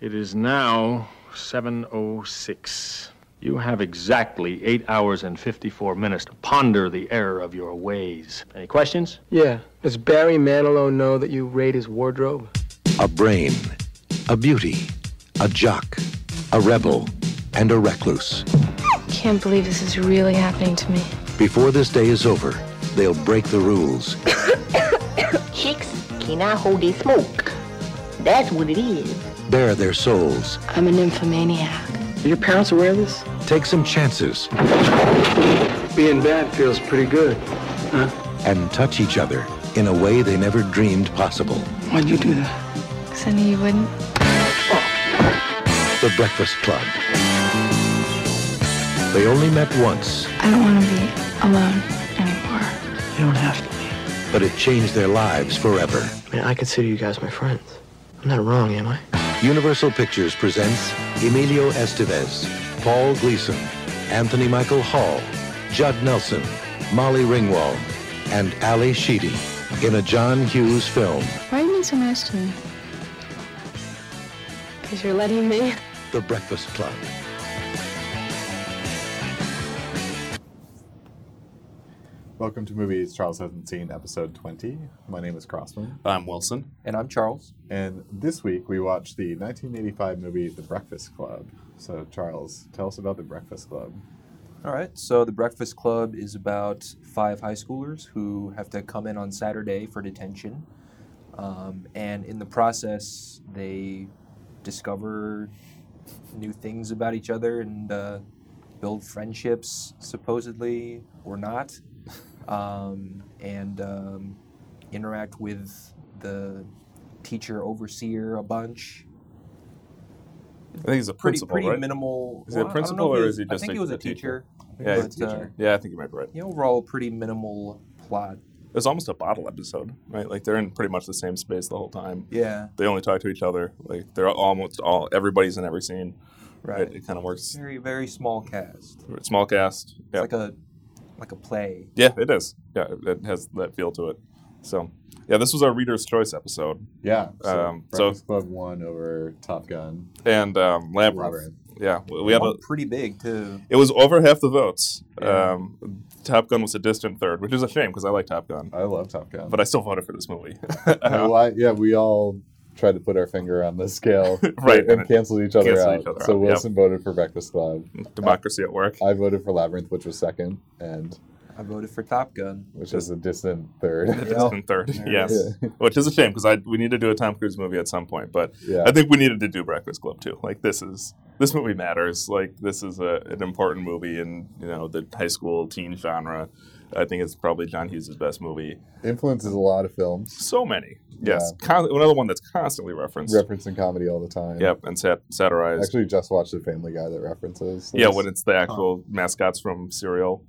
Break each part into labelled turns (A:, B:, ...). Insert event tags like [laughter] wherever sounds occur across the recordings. A: It is now 7.06. You have exactly eight hours and 54 minutes to ponder the error of your ways. Any questions?
B: Yeah. Does Barry Manilow know that you raid his wardrobe?
C: A brain, a beauty, a jock, a rebel, and a recluse.
D: Can't believe this is really happening to me.
C: Before this day is over, they'll break the rules.
E: Chicks cannot hold their smoke. That's what it is.
C: Bare their souls.
D: I'm a nymphomaniac.
B: Are your parents aware of this?
C: Take some chances
B: Being bad feels pretty good.
C: and touch each other in a way they never dreamed possible.
B: Why'd you do that?
D: Because I knew you wouldn't.
C: The Breakfast Club. They only met once,
D: I don't want to be alone anymore.
B: You don't have to be.
C: but it changed their lives forever.
B: I mean, I consider you guys my friends. I'm not wrong, am I?
C: Universal Pictures presents Emilio Estevez, Paul Gleason, Anthony Michael Hall, Judd Nelson, Molly Ringwald, and Ali Sheedy in a John Hughes film,
D: Why are you being so nice to me? Because you're letting me.
C: The Breakfast Club.
F: Welcome to Movies Charles Hasn't Seen, episode 20. My name is Crossman,
G: I'm Wilson.
H: And I'm Charles.
F: and this week we watched the 1985 movie The Breakfast Club. So, Charles, tell us about The Breakfast Club.
H: All right. So the Breakfast Club is about five high schoolers who have to come in on Saturday for detention, um, and in the process, they discover new things about each other and uh, build friendships, supposedly or not, um, and um, interact with the teacher overseer a bunch.
G: I think he's a
H: Pretty
G: principal,
H: pretty
G: right?
H: minimal.
G: Is he a
H: well, I don't know
G: principal
H: if
G: or
H: was-
G: is he
H: I
G: just
H: think
G: a-
H: he was a,
G: a teacher?
H: teacher.
F: Yeah, he's a
H: but, uh,
F: teacher.
G: yeah, I think you might be right.
H: the overall pretty minimal plot.
G: It's almost a bottle episode, right? Like they're in pretty much the same space the whole time.
H: Yeah,
G: They only talk to each other. Like they're almost all everybody's in every scene.
H: right.
G: It kind of works.
H: Very very small cast.
G: Small cast.
H: It's
G: Yeah.
H: like a like a play.
G: yeah, it is. Yeah, it- it has that feel to it. So, yeah, this was our reader's choice episode,
F: Yeah. So
G: Um, so-
F: Breakfast Club won over Top Gun.
G: and um, Labyrinth.
F: Labyrinth.
G: Yeah, we we had a.
H: One pretty big too.
G: It was over half the votes.
H: Yeah.
G: Um, Top Gun was a distant third, which is a shame because I like Top Gun,
F: I love Top Gun.
G: but I still voted for this movie. [laughs]
F: Uh, well, I- yeah, we all tried to put our finger on the scale
G: [laughs] Right,
F: and,
G: and it
F: canceled each other
G: canceled
F: out.
G: each other
F: so
G: out, yep.
F: Wilson voted for Breakfast Club.
G: Democracy at work.
F: I voted for Labyrinth, which was second, and
H: I voted for Top Gun.
F: which is a distant
G: [laughs]
F: third.
H: Yeah.
G: and third.
H: There it
G: Yes,
F: is. [laughs]
G: which is a shame because we need to do a Tom Cruise movie at some point. But
F: Yeah.
G: I think we needed to do Breakfast Club too. Like this is this movie matters. Like this is a, an important movie in you know the high school teen genre. I think it's probably John Hughes' best movie.
F: Influences a lot of films,
G: So many. Yes, Con- another one that's constantly referenced.
F: referencing comedy all the time.
G: Yep, and sat- satirized.
F: Actually, just watched the Family Guy that references.
G: yeah, when it's the actual mascots from Serial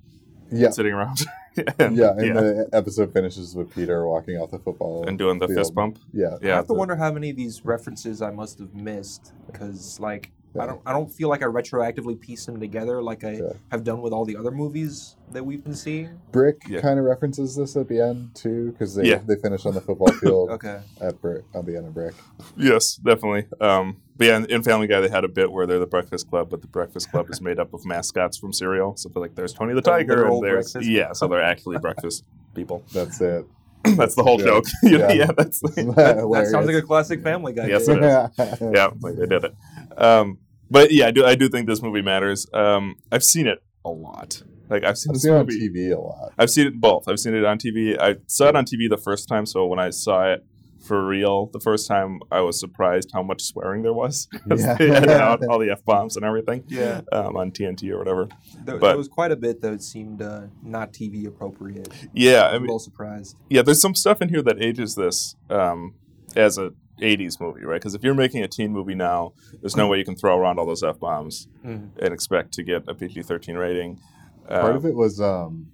F: yeah,
G: sitting around. [laughs]
F: yeah, and the episode finishes with Peter walking off the football
G: and doing the
F: field.
G: fist bump.
F: Yeah,
G: Yeah,
H: I have to
G: the-
H: wonder how many of these references I must have missed because like I don't I don't feel like I retroactively pieced them together like I
F: Yeah.
H: have done with all the other movies that we've been seeing.
F: Brick
G: Yeah.
F: kind of references this at the end too, because they
G: Yeah.
F: they finish on the
G: [laughs]
F: football
G: Oh.
F: field
H: Okay.
F: at Brick on the end of Brick.
G: Yes, definitely. Um, but yeah, in- in Family Guy, they had a bit where they're the Breakfast Club, but the Breakfast Club is made up of mascots from cereal. So they're like, there's Tony the
H: The
G: Tiger,
H: literal
G: and there's
H: breakfast
G: yeah. So they're
F: [laughs]
G: actually breakfast people. [laughs]
F: That's it.
G: [clears throat] that's the whole
F: Yeah.
G: joke. [laughs] You know,
F: Yeah.
G: yeah.
F: [laughs]
G: that's
H: That sounds like a classic Family Guy.
G: Yes,
H: joke.
G: it [laughs] yeah. Like they did it. Um, but yeah, I do. I do think this movie matters. Um, I've seen it a lot. Like I've seen
F: I've
G: this
F: seen it on
G: movie.
F: TV a lot.
G: I've seen it both. I've seen it on TV. I saw it on TV the first time, so when I saw it for real the first time, I was surprised how much swearing there was. [laughs] 'Cause
F: Yeah.
G: they edit out all the f bombs and everything.
H: Yeah.
G: Um, on TNT or whatever.
H: There,
G: But-
H: there was quite a bit that seemed uh, not TV appropriate.
G: Yeah,
H: I
G: I
H: was a
G: mean,
H: little surprised.
G: yeah. There's some stuff in here that ages this um, as a '80s movie, right? Because if you're making a teen movie now, there's no way you can throw around all those f
H: Mm-hmm.
G: bombs and expect to get a PG-13 rating.
F: Part
G: Um,
F: of it was um,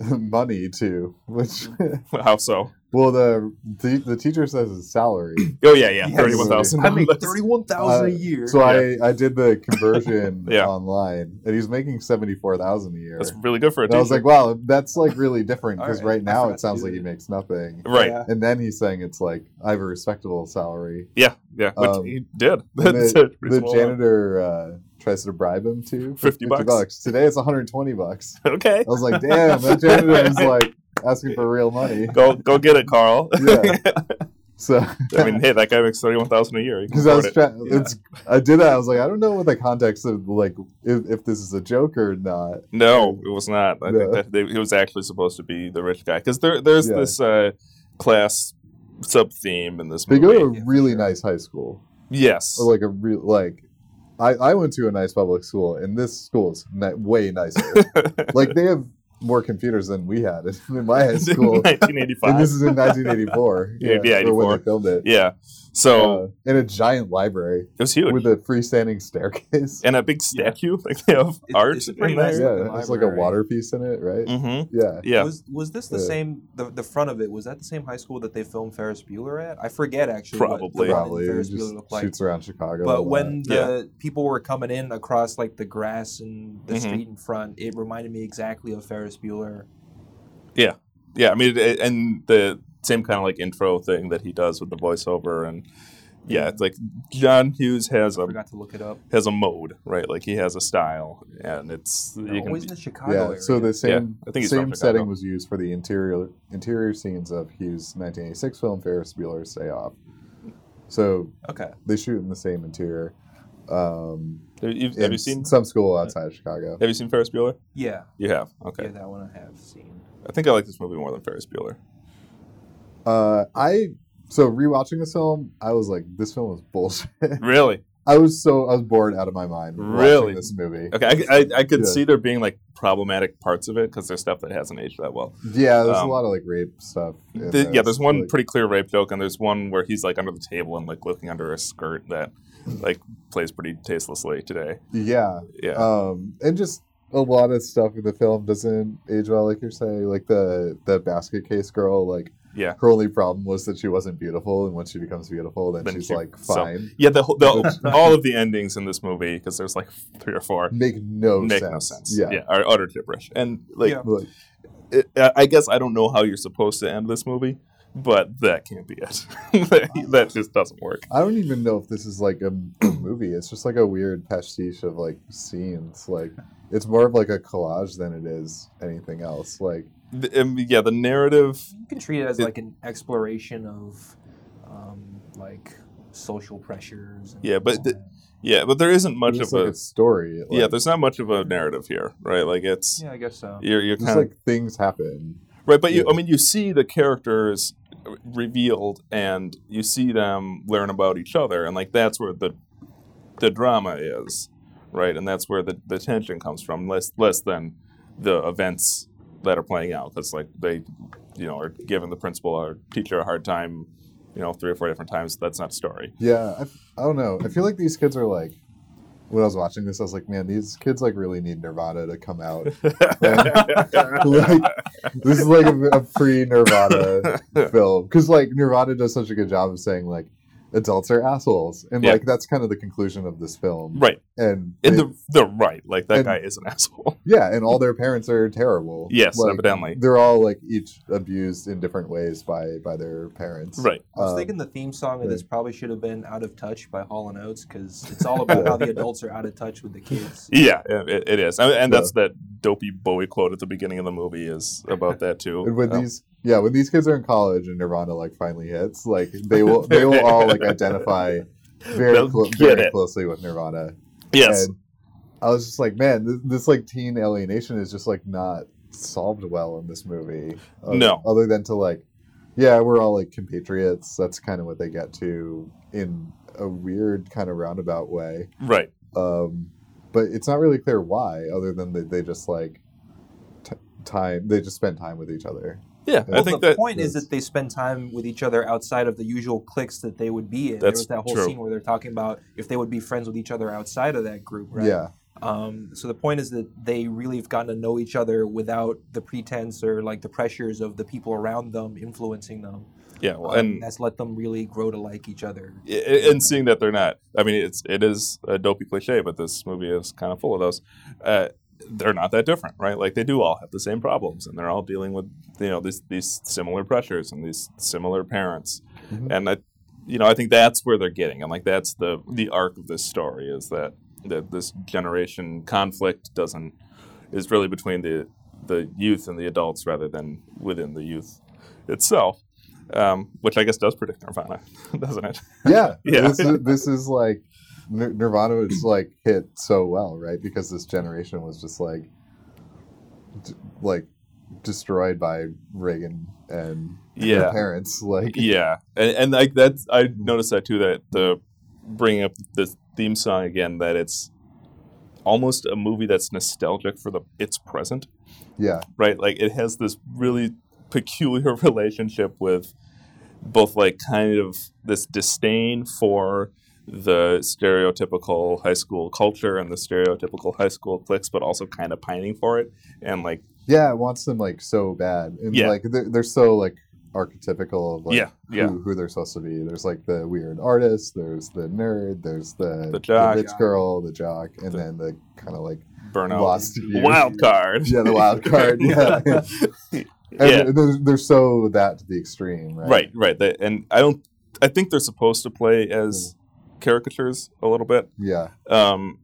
F: [laughs] money too, which [laughs]
G: [laughs] How so?
F: well the, the the teacher says is
G: [coughs]
F: salary.
G: Oh yeah, yeah,
H: Yes.
G: thirty-one thousand.
H: I make thirty-one thousand a
F: Uh,
H: year.
F: So I, I did the conversion
G: [laughs] Yeah.
F: online, and he's making seventy four thousand a year.
G: That's really good for a
F: And I was
G: teacher.
F: like, wow, that's like really different because
H: All right.
F: right.
H: I
F: now
H: forgot
F: it sounds
H: to do
F: like he
H: that.
F: makes nothing.
G: right.
H: Yeah.
F: And then he's saying it's like I have a respectable
H: [laughs]
F: salary.
G: Yeah, yeah, which
F: Um,
G: he did.
F: And
G: [laughs] That's
F: the,
G: a
F: the
G: reasonable amount.
F: janitor uh, tries to bribe him too. for
G: 50 bucks.
F: Today it's 120 bucks.
G: [laughs] Okay,
F: I was like, damn, that janitor
H: [laughs]
F: is like asking for real money. [laughs]
G: go go get it, Carl.
F: Yeah. So
G: I mean, hey, that guy makes thirty-one thousand a year. He can
F: because I
G: afford
F: was
G: it.
F: trying, it's I did that. I was like, I don't know what the context of like if, if this is a joke or not.
G: No, it was not. I
F: No.
G: think that they, he was actually supposed to be the rich guy because there, there's
F: Yeah.
G: this uh, class sub theme in this
F: They go to
G: movie.
F: a
H: Oh, Yeah, for
F: really
H: sure.
F: nice high school,
G: yes,
F: or like a real like. I, I went to a nice public school, and this school is ni- way
G: [laughs]
F: nicer. like they have more computers than we had [laughs] in my
G: [laughs]
F: high school, and
G: 1985.
F: this is in 1984.
G: [laughs] Yeah, yeah,
F: or when
G: 84.
F: they filmed it.
G: yeah, so
F: Uh, in a giant library
G: it was huge
F: with a freestanding staircase.
G: and a big statue. [laughs] Like they have
H: It's-
G: art
H: it's a pretty
G: in
H: nice
G: there.
F: yeah, it's like a
H: library.
F: water piece in it, right?
G: Mm-hmm.
F: Yeah.
G: Yeah,
H: Was was this the
F: Yeah.
H: same the, the front of it? Was that the same high school that they filmed Ferris Bueller at? I forget actually.
G: Probably.
H: What the run in
F: Probably it
H: Ferris
F: just
H: Bueller looked like.
F: shoots around Chicago. a
H: But
F: lot.
H: when
G: Yeah.
H: the people were coming in across like the grass and the
G: Mhm.
H: street in front, it reminded me exactly of Ferris Bueller.
G: yeah. I mean, it, and the same kind of like intro thing that he does with the voiceover and. Yeah, it's like John Hughes has
H: I
G: a
H: forgot to look it up.
G: has a mode, right? Like he has a style, and it's you can
H: Always
G: be-
H: in the Chicago
F: yeah,
H: area.
F: so the same
G: I think he's
F: same
G: from Chicago.
F: setting was used for the interior interior scenes of Hughes' 1986 film Ferris Bueller's Day Off. So
H: okay.
F: they shoot in the same interior. Um,
G: Have you, have
F: in
G: you seen
F: some school outside of Chicago?
G: Have you seen Ferris Bueller?
H: Yeah.
G: You have. Okay.
H: Yeah, that one I have seen.
G: I think I like this movie more than Ferris Bueller.
F: Uh, I so rewatching this film, I was like, this film is bullshit. [laughs]
G: Really?
F: I was so I was bored out of my mind. watching
G: Really?
F: this movie.
G: Okay. I, I, I could
F: Yeah.
G: see there being like problematic parts of it because there's stuff that hasn't aged that well.
F: Yeah, there's
G: Um,
F: a lot of like rape stuff. in
G: The- yeah,
F: this,
G: there's one
F: like-
G: pretty clear rape joke, and there's one where he's like under the table and like looking under a skirt that like plays pretty tastelessly today.
F: Yeah,
G: Yeah.
F: um, and just a lot of stuff in the film doesn't age well, like you're saying. Like the the basket case girl, like
G: Yeah.
F: her only problem was that she wasn't beautiful, and once she becomes beautiful, then,
G: Then
F: she's
G: she-
F: like
G: so-
F: fine.
G: yeah. The, whole- the all of the endings in this movie because there's like three or four
F: Make no
G: make
F: sense.
G: no sense.
F: Yeah.
G: Are utter gibberish. And like
H: Yeah.
F: Like,
G: it, I I guess I don't know how you're supposed to end this movie, but that can't be it. [laughs] that just doesn't work.
F: I don't even know if this is like a [clears throat] movie. It's just like a weird pastiche of like scenes. Like it's more of like a collage than it is anything else. Like
G: The- um, yeah, the narrative.
H: You can treat it as
G: It-
H: like an exploration of um, like social pressures. And
G: Yeah, but
H: all
G: the-
H: that.
G: Yeah, but there isn't much
F: it's
G: of
F: like
G: a.
F: a story. Like,
G: yeah, there's not much of a narrative here, right? Like it's
H: yeah, I guess so.
G: you're you're
F: just
G: kind of
F: like things happen.
G: right, but you I
F: yeah.
G: mean you see the characters revealed and you see them learn about each other, and like that's where the the drama is, right? And that's where the, the tension comes from, less less than the events that are playing out. That's like they, you know, are giving the principal or teacher a hard time, you know, three or four different times. That's not a story.
F: Yeah, I, f- I don't know. I feel like these kids are like. When I was watching this, I was like, "Man, these kids like really need Nirvana to come
G: [laughs]
F: out." like, this is like a, a pre-Nirvana film because, like, Nirvana does such a good job of saying like adults are assholes, and
G: Yeah.
F: like that's kind of the conclusion of this film.
G: right.
F: And,
G: And
F: they-
G: the, they're right. Like that
F: And-
G: guy is an [laughs] asshole.
F: yeah, and all their parents are terrible.
G: Yes,
F: Like,
G: evidently.
F: they're all like each abused in different ways by by their parents.
G: Right.
H: I was
F: Um,
H: thinking the theme song of this
F: yeah.
H: probably should have been "Out of Touch" by Hall and Oates because it's all
G: [laughs]
H: about how the adults are out of touch with the kids.
G: Yeah, it, it is. And, and that's that dopey Bowie quote at the beginning of the movie is about that too.
F: And when
G: Um,
F: these yeah, when these kids are in college and Nirvana like finally hits, like
G: [laughs]
F: they will they will all like identify very
G: They'll
F: clo-
G: get
F: very
G: it.
F: closely with Nirvana.
G: yes.
F: And I was just like, man, this, this like teen alienation is just like not solved well in this movie. Uh,
G: No.
F: other than to like, yeah, we're all like compatriots. That's kind of what they get to in a weird kind of roundabout way.
G: right.
F: Um, but it's not really clear why, other than that they just like t- time. They just spend time with each other.
G: Yeah.
F: Well,
G: I think
H: the
G: that
H: point is
F: is-
H: that they spend time with each other outside of the usual cliques that they would be in. there
G: That's
H: was that whole
G: true.
H: scene where they're talking about if they would be friends with each other outside of that group, right?
F: Yeah.
H: Um, so the point is that they really have gotten to know each other without the pretense or like the pressures of the people around them influencing them.
G: Yeah, well,
H: Um,
G: and
H: that's let them really grow to like each other.
G: i- i- and seeing that they're not. I mean, it's it is a dopey cliche, but this movie is kind of full of those. Uh, they're not that different, right? Like they do all have the same problems, and they're all dealing with you know these these similar pressures and these similar parents,
F: Mhm.
G: and I, you know, I think that's where they're getting, and like that's the the arc of this story is that that this generation conflict doesn't is really between the the youth and the adults rather than within the youth itself, um, which I guess does predict Nirvana, [laughs] doesn't it?
F: Yeah,
G: Yeah.
F: This is, this is like Nir- Nirvana was like hit so well, right? Because this generation was just like, d- like destroyed by Reagan and their
G: Yeah.
F: parents. Like,
G: [laughs] yeah and, and like that's i noticed that too that the bringing up the theme song again that it's almost a movie that's nostalgic for the its present
F: yeah,
G: right like it has this really peculiar [laughs] relationship with both like kind of this disdain for the stereotypical high school culture and the stereotypical high school cliques but also kind of pining for it and like
F: yeah, it wants them like so bad, and
G: Yeah.
F: like they're, they're so like archetypical of like
G: Yeah, yeah.
F: Who, who they're supposed to be. There's like the weird artist, there's the nerd, there's the
G: The jock.
F: rich girl, the jock, and
G: The-
F: then the kind of like
G: burnout
F: lost youth.
G: wild
F: [laughs]
G: card
F: Yeah, the wild card. Yeah. And
G: [laughs] Yeah.
F: they're, they're so that to the extreme, right?
G: Right, right. They, and I don't. I think they're supposed to play as
F: Mm-hmm.
G: caricatures a little bit,
F: Yeah.
G: um,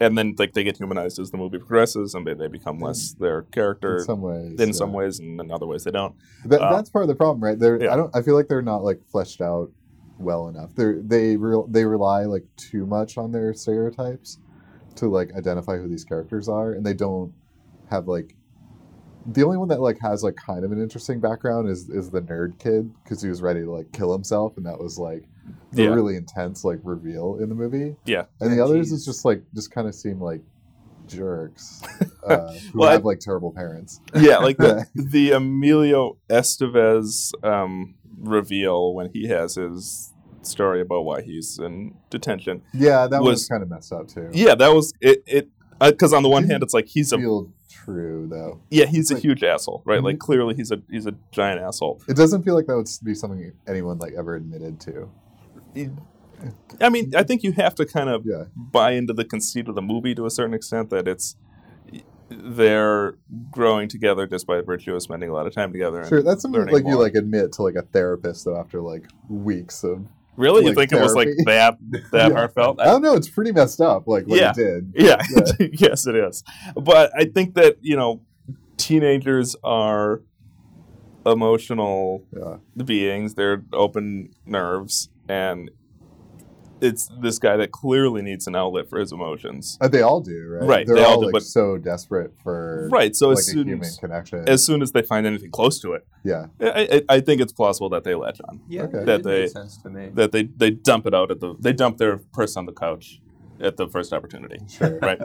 G: and then like they get humanized as the movie progresses, and they, they become less their character
F: Mm-hmm. In some ways.
G: in
F: yeah.
G: some ways, and in other ways they don't.
F: That,
G: uh,
F: that's part of the problem, right? They're
G: yeah.
F: I don't I feel like they're not like fleshed out well enough. They they re- they rely like too much on their stereotypes to like identify who these characters are, and they don't have like the only one that like has like kind of an interesting background is is the nerd kid because he was ready to like kill himself, and that was like the
G: Yeah.
F: really intense like reveal in the movie. [laughs]
G: Yeah.
F: and
H: Yeah,
F: the others
H: geez.
F: is just like just kind of seem like
G: [laughs]
F: jerks uh, who
G: Well, I-
F: have like terrible parents.
G: Yeah, like the, the Emilio Estevez um, reveal when he has his story about why he's in detention.
F: Yeah, that was,
G: Was-
F: kind of messed up too.
G: Yeah, that was it. It because on the one hand, it's like he's a
F: feel true though.
G: yeah he's a
F: like- Mm-hmm.
G: huge asshole, right? Like clearly he's a he's a giant asshole.
F: It doesn't feel like that would be something anyone like ever admitted to.
G: I mean, I think you have to kind of
F: Yeah,
G: buy into the conceit of the movie to a certain extent that it's they're growing together just by virtue of spending a lot of time together. and
F: sure. That's something
G: learning
F: like you
G: more.
F: like admit to like a therapist though after like weeks of.
G: Really, you
F: like
G: think it was like
F: therapy.
G: that
F: [laughs]
G: that
F: Yeah.
G: heartfelt?
F: I don't know. It's pretty messed up. Like what
G: Yeah.
F: he did.
G: [laughs] Yeah, [laughs] yes, it is. But I think that you know, teenagers are emotional
F: Yeah.
G: beings. They're open nerves, and it's this guy that clearly needs an outlet for his emotions.
F: Uh, they all do, right?
G: Right,
F: They're
G: they all do,
F: like
G: but-
F: so desperate for
G: Right. So
F: like
G: as
F: a
G: soon
F: human
G: as,
F: connection.
G: as soon as they find anything close to it,
F: yeah,
G: I, I I think it's plausible that they latch on.
H: Yeah,
F: Okay.
H: it
G: That they-
H: makes sense to me.
G: That they, they dump it out at the they dump their purse on the couch at the first opportunity.
F: sure. [laughs]
G: [laughs] Right.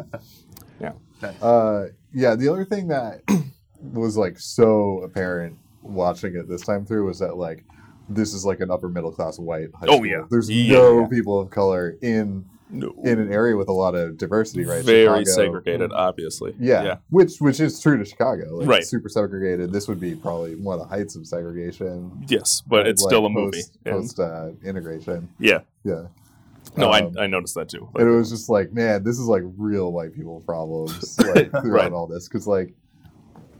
F: Uh, yeah, the other thing that [clears throat] was like so apparent watching it this time through was that like this is like an upper middle class white. High
G: Oh,
F: school.
G: yeah.
F: there's
G: Yeah.
F: no people of color in
G: No.
F: in an area with a lot of diversity, right?
G: Very
F: Chicago. Mm.
G: segregated, obviously.
F: Yeah, which which is true to Chicago, like,
G: Right.
F: Super segregated. This would be probably one of the heights of segregation,
G: Yes, but it's
F: like,
G: still a movie.
F: post,
G: And-
F: Post uh, integration,
G: yeah.
F: yeah.
G: No,
F: Um,
G: I, I noticed that too.
F: and it was just like, man, this is like real white people
G: [laughs]
F: problems like, throughout
G: Right.
F: all this. Because like,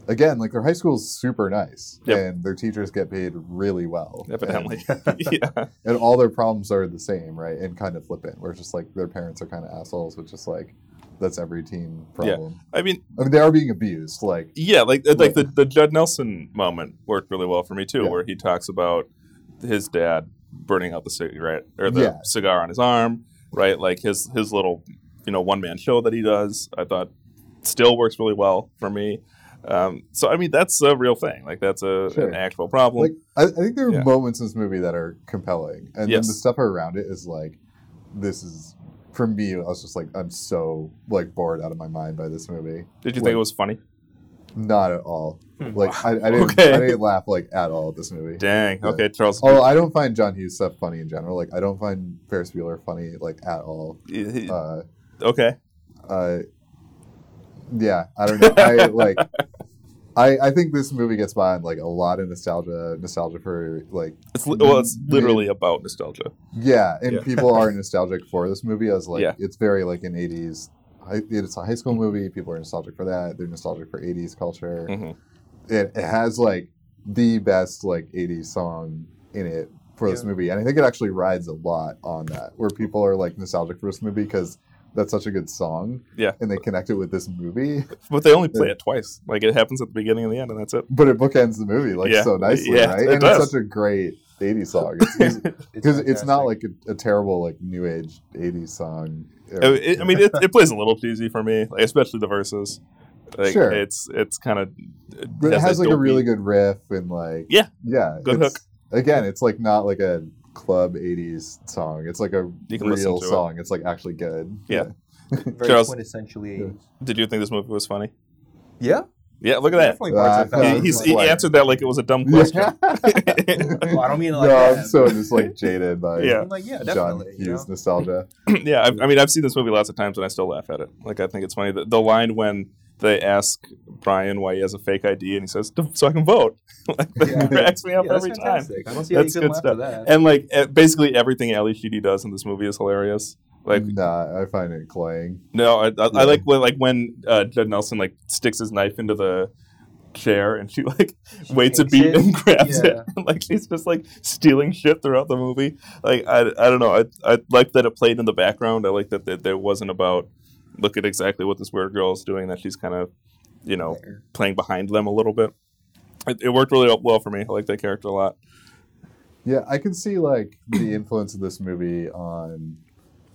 F: again, like their high school is super nice,
G: Yep.
F: and their teachers get paid really well, [laughs]
G: evidently.
F: and,
G: [laughs] yeah.
F: and all their problems are the same, right? And kind of flippant, where it's just like their parents are kind of assholes, which is like that's every teen problem.
G: I mean,
F: I mean, they are being abused, like
G: yeah, like uh,
F: Right.
G: like the, the Judd Nelson moment worked really well for me too,
F: Yeah.
G: where he talks about his dad burning out the cigarette or the
F: Yeah.
G: cigar on his arm, right? Like his his little you know one man show that he does. I thought still works really well for me. Um, so I mean, that's a real thing. Like that's a
F: Sure.
G: an actual problem.
F: like I, I think there are
G: Yeah.
F: moments in this movie that are compelling, and
G: Yes.
F: then the stuff around it is like, this is for me. I was just like, I'm so like bored out of my mind by this movie.
G: Did you
F: like-
G: think it was funny?
F: Not at all. Like I, I didn't,
G: Okay.
F: I didn't laugh like at all at this movie.
G: Dang.
F: Yeah.
G: Okay, Charles.
F: Although I don't find John Hughes stuff funny in general. Like I don't find Ferris Bueller funny like at all.
G: he- he-
F: Uh,
G: okay.
F: uh, yeah, I don't know. I like. I, I think this movie gets by on like a lot of nostalgia, nostalgia for like
G: It's li- well, it's literally about nostalgia.
F: yeah, and
G: Yeah.
F: people are nostalgic for this movie as like
G: Yeah.
F: it's very like an '80s. hi- It's a high school movie. People are nostalgic for that. They're nostalgic for '80s culture.
G: Mhm.
F: It, it has like the best like '80s song in it for this
H: Yeah.
F: movie, and I think it actually rides a lot on that, where people are like nostalgic for this movie because that's such a good song.
G: Yeah.
F: and they connect it with this movie, [laughs]
G: But they only play it twice. Like it happens at the beginning and the end, and that's it.
F: but it bookends the movie like
G: Yeah.
F: so nicely,
G: Yeah,
F: right?
G: it
F: and
G: does.
F: it's such a great '80s song.
G: [laughs]
F: It's, because it's not like a, a terrible like new age 80s song
G: I mean, it, I mean, it, it plays a little cheesy for me, like, especially the verses. Like,
F: Sure.
G: It's it's kind of.
F: but it has like a really good riff and like
G: Yeah.
F: yeah
G: Good
F: it's- again it's like not like a club 80s song it's like a
G: You can listen
F: real
G: to it.
F: song it's like actually good [laughs]
G: Yeah.
H: Very
G: Charles-
H: quintessentially.
F: Yeah.
G: Did you think this movie was funny?
H: Yeah.
G: Yeah, look at
H: Definitely
F: Ah,
H: parts of
F: yeah,
G: that. He,
H: that.
G: he's,
F: it's
G: he
F: like-
G: answered that like it was a dumb question.
F: yeah. [laughs]
H: Well, Oh, I don't mean it
F: no
H: like
F: i'm
H: that,
F: so
H: but-
F: just like jaded by
G: [laughs] Yeah.
H: I'm like, yeah,
F: john
H: definitely.
F: hughes
H: you know?
F: nostalgia
G: [laughs] yeah, I've, I mean, I've seen this movie lots of times, and I still laugh at it. Like, I think it's funny. The, the line when they ask Brian why he has a fake ID, and he says, "D- "So I can vote," [laughs] like, that
H: Yeah.
G: cracks me up
H: Yeah, that's
G: every time.
H: fantastic. I don't see how you
G: That's
H: could
G: good
H: laugh
G: stuff.
H: at that.
G: And like, eh, basically everything Ali Sheedy does in this movie is hilarious. Like,
F: nah i find it cloying
G: no, I, I, I like when like when uh, Judd Nelson like sticks his knife into the chair, and she like waits a
H: takes
G: beat
H: it.
G: and grabs
H: Yeah.
G: it. [laughs] like she's just like stealing shit throughout the movie. Like I, I don't know. I I like that it played in the background. I like that, that there wasn't about look at exactly what this weird girl is doing. That she's kind of you know playing behind them a little bit. It, it worked really well for me. I like that character a lot.
F: yeah i can see like the influence of this movie on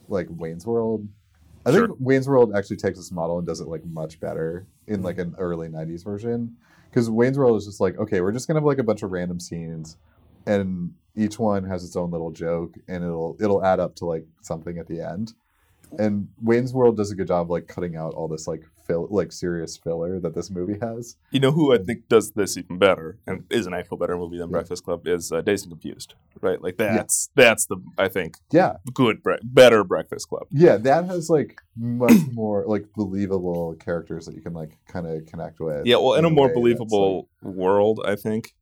F: like wayne's world I
G: Sure.
F: think Wayne's World actually takes this model and does it like much better in like an early '90s version, because Wayne's World is just like, okay, we're just gonna have like a bunch of random scenes, and each one has its own little joke, and it'll it'll add up to like something at the end. And Wayne's World does a good job of, like cutting out all this like fill like serious filler that this movie has.
G: You know who I think does this even better and is an actual better movie than Breakfast Club is uh, Days and Confused, right? Like that's that's the I think
F: Yeah,
G: good bre- better Breakfast Club.
F: yeah, that has like much more like believable characters that you can like kind of connect with.
G: Yeah, well, in a
F: way
G: more
F: that's, like-
G: believable world, I think.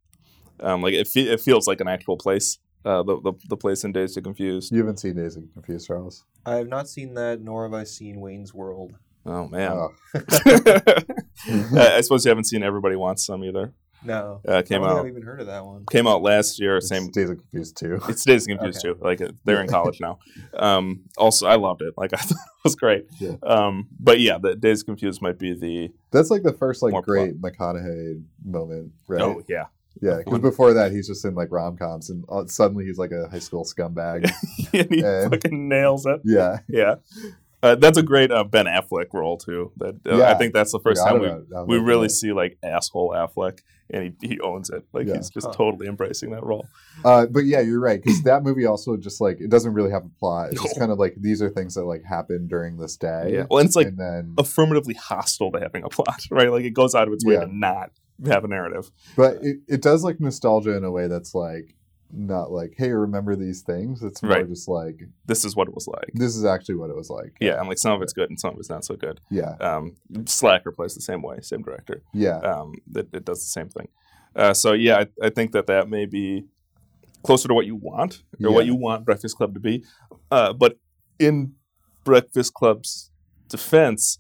G: Um, like it, fe- it feels like an actual place. Uh, the, the the place in Days to Confused.
F: you haven't seen Days and Confused, Charles.
H: I have not seen that, nor have I seen Wayne's World.
G: Oh man.
F: Oh.
G: [laughs] I, I suppose you haven't seen Everybody Wants Some either.
H: No.
G: Uh, came
F: Oh,
H: I don't
G: out
H: think I've even heard of that one.
G: came out last
F: [laughs]
G: year. Same.
F: Days of Confused too.
G: It's Days and Confused too. Like uh, they're in college now. Um, also, I loved it. Like [laughs] I thought it was great.
F: Yeah.
G: Um, but yeah, the Days and Confused might be the
F: That's like the first like
G: More
F: great McConaughey moment, right?
G: oh yeah [laughs]
F: yeah, because before that he's just in like rom coms, and all, suddenly he's like a high school scumbag.
G: and he
F: And-
G: fucking nails it.
F: [laughs] yeah,
G: Yeah. Uh, that's a great uh, Ben Affleck role too. That uh, I
F: Yeah.
G: think that's the [laughs] first
F: Forgot
G: time we
F: about it. I'm
G: we
F: like,
G: really see like asshole Affleck, and he, he owns it. Like
F: Yeah.
G: he's just
H: Huh.
G: totally embracing that role.
F: Uh, but yeah, you're right because that movie also just like it doesn't really have a plot. It's just
G: No.
F: kind of like these are things that like happen during this day.
G: Yeah. Well, and it's like
F: and then,
G: affirmatively hostile to having a plot, [laughs] right? Like it goes out of its way
F: Yeah.
G: to not have a narrative.
F: but it, it does like nostalgia in a way that's like not like hey remember these things. It's more
G: Right.
F: just like
G: This is what it was like.
F: this is actually what it was like.
G: Yeah, and like some of it's good and some of it's not so good.
F: yeah,
G: Um, Slacker plays the same way, same director.
F: yeah.
G: um, that it does the same thing. Uh, so yeah, I, I think that that may be closer to what you want or what
F: Yeah.
G: you want Breakfast Club to be. Uh, but in Breakfast Club's defense,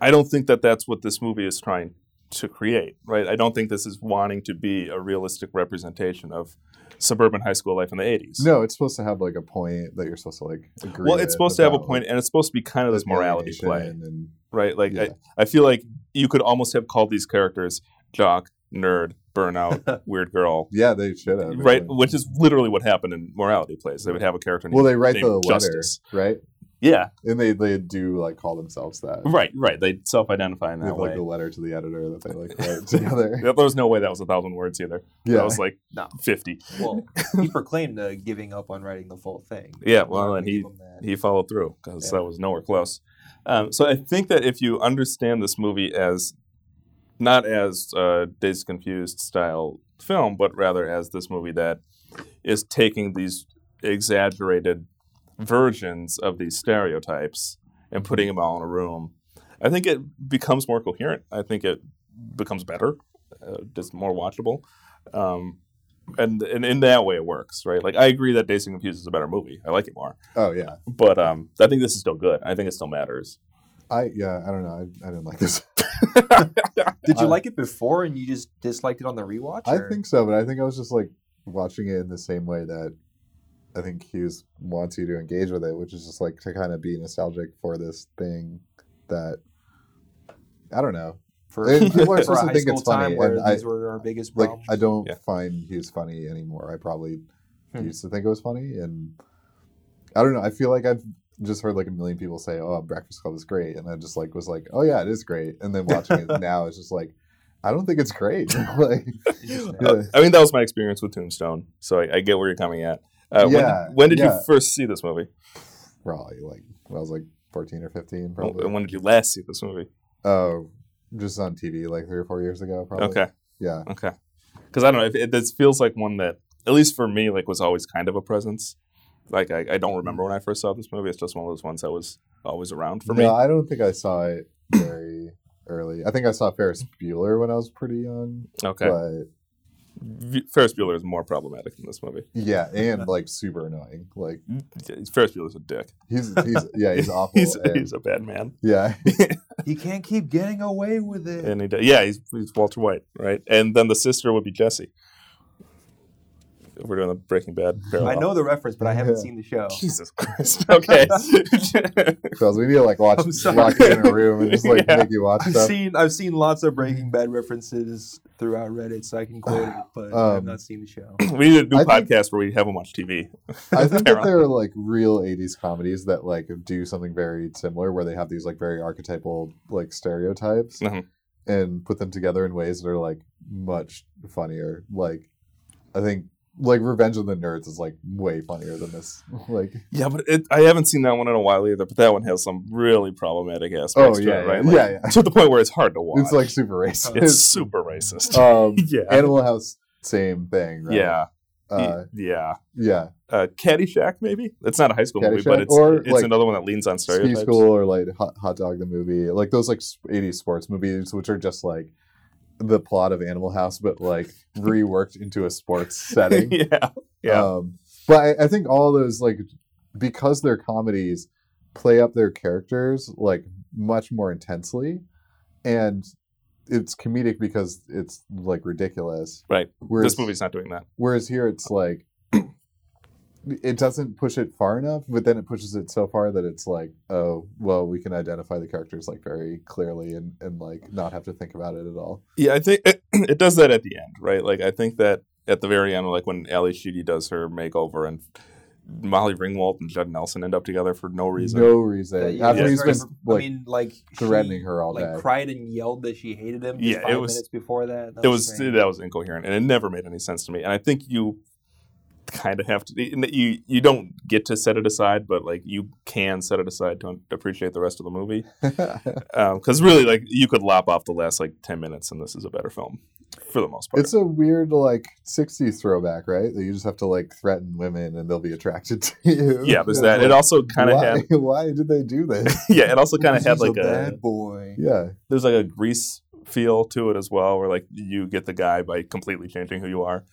G: I don't think that that's what this movie is trying to create. Right? I don't think this is wanting to be a realistic representation of suburban high school life in the '80s.
F: No, it's supposed to have like a point that you're supposed to like agree.
G: Well, it's
F: with
G: supposed to have a
F: about,
G: point, and it's supposed to be kind of
F: like,
G: this morality
F: alienation
G: play
F: and-
G: right? Like
F: Yeah.
G: I, I feel like you could almost have called these characters jock, nerd,
F: [laughs]
G: burnout, weird girl,
F: yeah, they should have
G: right?
F: Well,
G: Which is literally what happened in morality plays. They would have a character. Named,
F: they write
G: named
F: the letter,
G: Justice.
F: right?
G: Yeah,
F: And they they do like call themselves that.
G: right, right. They self-identify in
F: They
G: that
F: have
G: way.
F: like the letter to the editor that they like
G: [laughs]
F: write together.
G: there was no way that was a thousand words either.
F: Yeah,
G: That was like
H: No.
G: fifty.
H: Well,
G: [laughs]
H: he proclaimed uh, giving up on writing the full thing.
G: Yeah, well, and
H: Give
G: he
H: him that.
G: he followed through because
H: Yeah.
G: that was nowhere close. Um, so I think that if you understand this movie as not as uh, Days Confused style film, but rather as this movie that is taking these exaggerated versions of these stereotypes and putting them all in a room, I think it becomes more coherent. I think it becomes better, uh, just more watchable, um, and and in that way it works, right? Like I agree that Days and Confused is a better movie. I like it more,
F: Oh yeah,
G: but um, I think this is still good. I think it
F: [laughs]
G: still matters.
F: I yeah I don't know I, I didn't like this.
H: Did you
F: Uh,
H: like it before and you just disliked it on the rewatch?
F: I
H: or-
F: think so, but I think I was just like watching it in the same way that I think Hughes wants you to engage with it, which is just like to kind of be nostalgic for this thing that I don't know.
H: for, [laughs]
F: And people are
H: for
F: supposed
H: a
F: to
H: high
F: think
H: school
F: it's funny,
H: time where
F: and I-
H: these were our biggest
F: Like
H: problems.
F: I don't
G: Yeah.
F: find Hughes funny anymore. I probably
H: Hmm.
F: used to think it was funny, and I don't know. I feel like I've just heard like a million people say, "Oh, Breakfast Club is great," and I just like was like, "Oh yeah, it is great," and then watching
H: [laughs]
F: it now is just like. I don't think it's great. [laughs] like,
H: Interesting.
F: yeah.
G: I mean, that was my experience with Tombstone, so I, I get where you're coming at. Uh, when-
F: Yeah,
G: when did
F: yeah.
G: you first see this movie?
F: probably like when I was like fourteen or fifteen, probably.
G: And when did you last see this movie?
F: Oh, just on TV like three or four years ago, probably.
G: Okay,
F: Yeah.
G: okay. Because I don't know, if it, this feels like one that, at least for me, like was always kind of a presence. Like I, I don't remember when I first saw this movie. It's just one of those ones that was always around for me.
F: no, I don't think I saw it very early. I think I saw Ferris Bueller when I was pretty young.
G: okay,
F: But
G: V- Ferris Bueller is more problematic in this movie.
F: yeah, and like super annoying. Like
G: Ferris Bueller's a dick. [laughs]
F: he's he's yeah, he's awful.
G: he's,
F: and-
G: he's a bad man.
F: yeah. [laughs]
H: He can't keep getting away with it.
G: And he, d- yeah, he's, he's Walter White, right? And then the sister would be Jesse. We're doing the Breaking Bad.
H: I
G: parallel. [laughs]
H: know the reference, but I haven't
F: Yeah.
H: seen
F: [laughs]
H: the show.
G: Jesus Christ. [laughs] Okay.
F: Because we need to like watch
H: I'm sorry.
F: lock you in a room and just like
G: [laughs] Yeah.
F: make you watch
H: I've
F: stuff.
H: seen I've seen lots of
F: Mm-hmm.
H: Breaking Bad references throughout Reddit, so I can
F: [sighs]
H: quote it, but I've
F: Um,
H: not seen the show.
G: we need a new
F: I think-
G: podcast where we have them watch TV.
F: I think that
G: Parallel.
F: there are like real '80s comedies that like do something very similar, where they have these like very archetypal like stereotypes,
G: Mhm.
F: and put them together in ways that are like much funnier. Like, I think like Revenge of the Nerds is like way funnier than this. [laughs] Like,
G: Yeah, but it, I haven't seen that one in a while either. But that one has some really problematic aspects
F: oh
G: to
F: yeah,
G: it, right?
F: yeah,
G: Like,
F: yeah, yeah.
G: To the point where it's hard to watch.
F: it's like super [laughs] racist.
G: it's super racist.
F: um,
G: [laughs] yeah.
F: Animal House, same thing. Right?
G: Yeah.
F: uh,
G: Y- yeah.
F: yeah.
G: Uh, Caddyshack, maybe? It's not a high school movie,
F: Caddyshack,
G: but it's,
F: or,
G: it's
F: like,
G: another one that leans on
F: Ski
G: stereotypes.
F: School or like Hot, Hot Dog the movie, like those like s- 80s sports movies, which are just like the plot of Animal House, but
G: [laughs]
F: like reworked into a sports setting.
G: yeah. [laughs] Yeah.
F: Um, but I, I think all those like because they're comedies play up their characters like much more intensely, and it's comedic because it's like ridiculous.
G: Right.
F: Whereas,
G: this movie's not doing that.
F: whereas here it's like [clears throat] it doesn't push it far enough but then it pushes it so far that it's like oh well we can identify the characters like very clearly and, and like not have to think about it at all
G: Yeah, I think [clears throat] it, it does that at the end, right? Like I think that at the very end, like when Ali Sheedy does her makeover and Molly Ringwald and Judd Nelson end up together for no reason.
F: no reason
H: That, yeah,
F: after
H: it's
F: he's
H: very-
F: been like
H: I mean, like
F: threatening
H: she,
F: her all
H: like
F: day
H: cried and yelled that she hated him. just
G: Yeah, it
H: five
G: was-
H: minutes before that. That
G: it was
H: strange.
G: that was incoherent, and it never made any sense to me. And I think you kind of have to you you don't get to set it aside, but like you can set it aside to appreciate the rest of the movie. Because really, like you could lop off the last like ten minutes, and this is a better film for the most part.
F: [laughs] it's a weird like 60s throwback right that you just have to like threaten women and they'll be attracted to you
G: yeah,
F: [laughs]
G: there's that. It
F: Like,
G: also kind of
F: why,
G: had
F: [laughs] why did they do this [laughs]
G: yeah, it also kind of
H: He's
G: had like
H: a
G: a
H: bad boy.
F: yeah
G: there's like a grease feel to it as well, where like you get the guy by completely changing who you are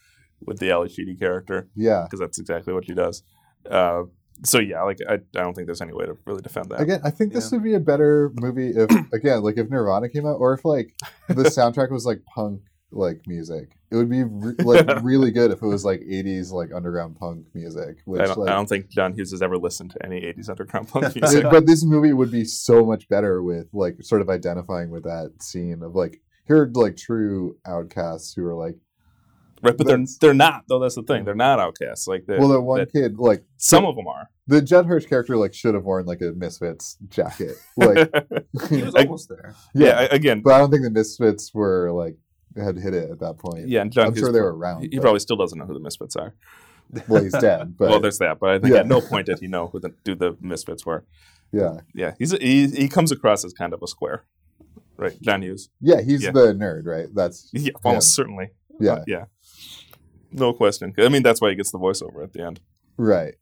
G: with the Ali Sheedy character
F: yeah
G: because that's exactly what she does. Uh, so yeah, like I, I don't think there's any way to really defend that.
F: Again, I think this
H: Yeah.
F: would be a better movie
G: [coughs]
F: if, again, like if Nirvana came out, or if like
G: [laughs]
F: the soundtrack was like punk like music. It would be re-
G: [laughs]
F: like really good if it was like '80s like underground punk music. Which
G: I don't,
F: like,
G: I don't think John Hughes has ever listened to any '80s underground
F: [laughs]
G: punk
F: It-
G: music.
F: but this movie would be so much better with like sort of identifying with that scene of like here are like true outcasts who are like
G: right, but they're
F: That's-
G: they're not though. That's the thing. They're not outcasts. Like they're,
F: well that one
G: that-
F: kid like
G: some of them are.
F: the Judd Hirsch character like should have worn like a Misfits jacket
G: [laughs]
F: like
H: He was almost there.
G: yeah,
F: yeah,
G: I- again,
F: but I don't think the Misfits were like had hit it at that point.
G: yeah. And John
F: I'm
G: Hughes,
F: sure they were around.
G: he
F: but-
G: probably still doesn't know who the Misfits are.
F: well, he's dead, but
G: [laughs] well, there's that. But I think
F: Yeah.
G: at no point did he know who the, who the Misfits were.
F: yeah,
G: Yeah, he's he, he comes across as kind of a square, right? John Hughes.
F: yeah, he's
G: Yeah.
F: the nerd, right? That's
G: Yeah, almost certainly.
F: yeah,
G: Yeah, no question. I mean, that's why he gets the voiceover at the end.
F: right.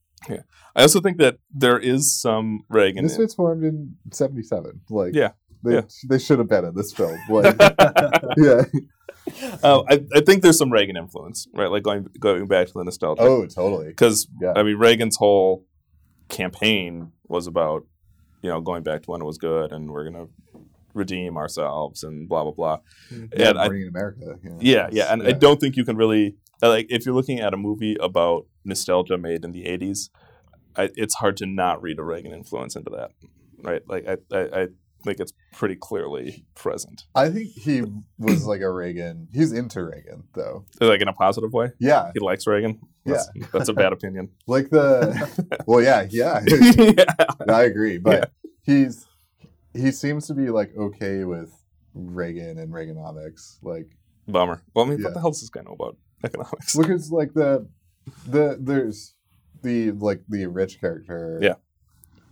G: I also think that there is some Reagan. in-
F: Misfits formed in '77. Like,
G: Yeah,
F: they
G: yeah.
F: they should have been in this
G: [laughs]
F: film. Like, yeah.
G: Uh, I, I think there's some Reagan influence, right? Like going going back to the nostalgia.
F: Oh, totally.
G: because
F: Yeah.
G: I mean Reagan's whole campaign was about you know going back to when it was good and we're gonna redeem ourselves and blah blah blah.
F: Yeah,
G: And I,
F: bringing America.
G: yeah, yeah, and I don't think you can really uh, like if you're looking at a movie about nostalgia made in the '80s, I, it's hard to not read a Reagan influence into that, right? Like I, I, I think it's pretty clearly present,
F: I think he was like a Reagan. He's into Reagan though.
G: like in a positive way.
F: Yeah,
G: He likes Reagan. That's, that's a bad opinion.
F: like
G: [laughs]
F: the. [laughs] well, yeah, [laughs] yeah. I agree, but he's he seems to be like okay with Reagan and Reaganomics. Like,
G: Bummer. Well, I mean,
F: Yeah.
G: what the hell does this guy know about economics?
F: look, it's like the the there's the like the rich character.
G: Yeah.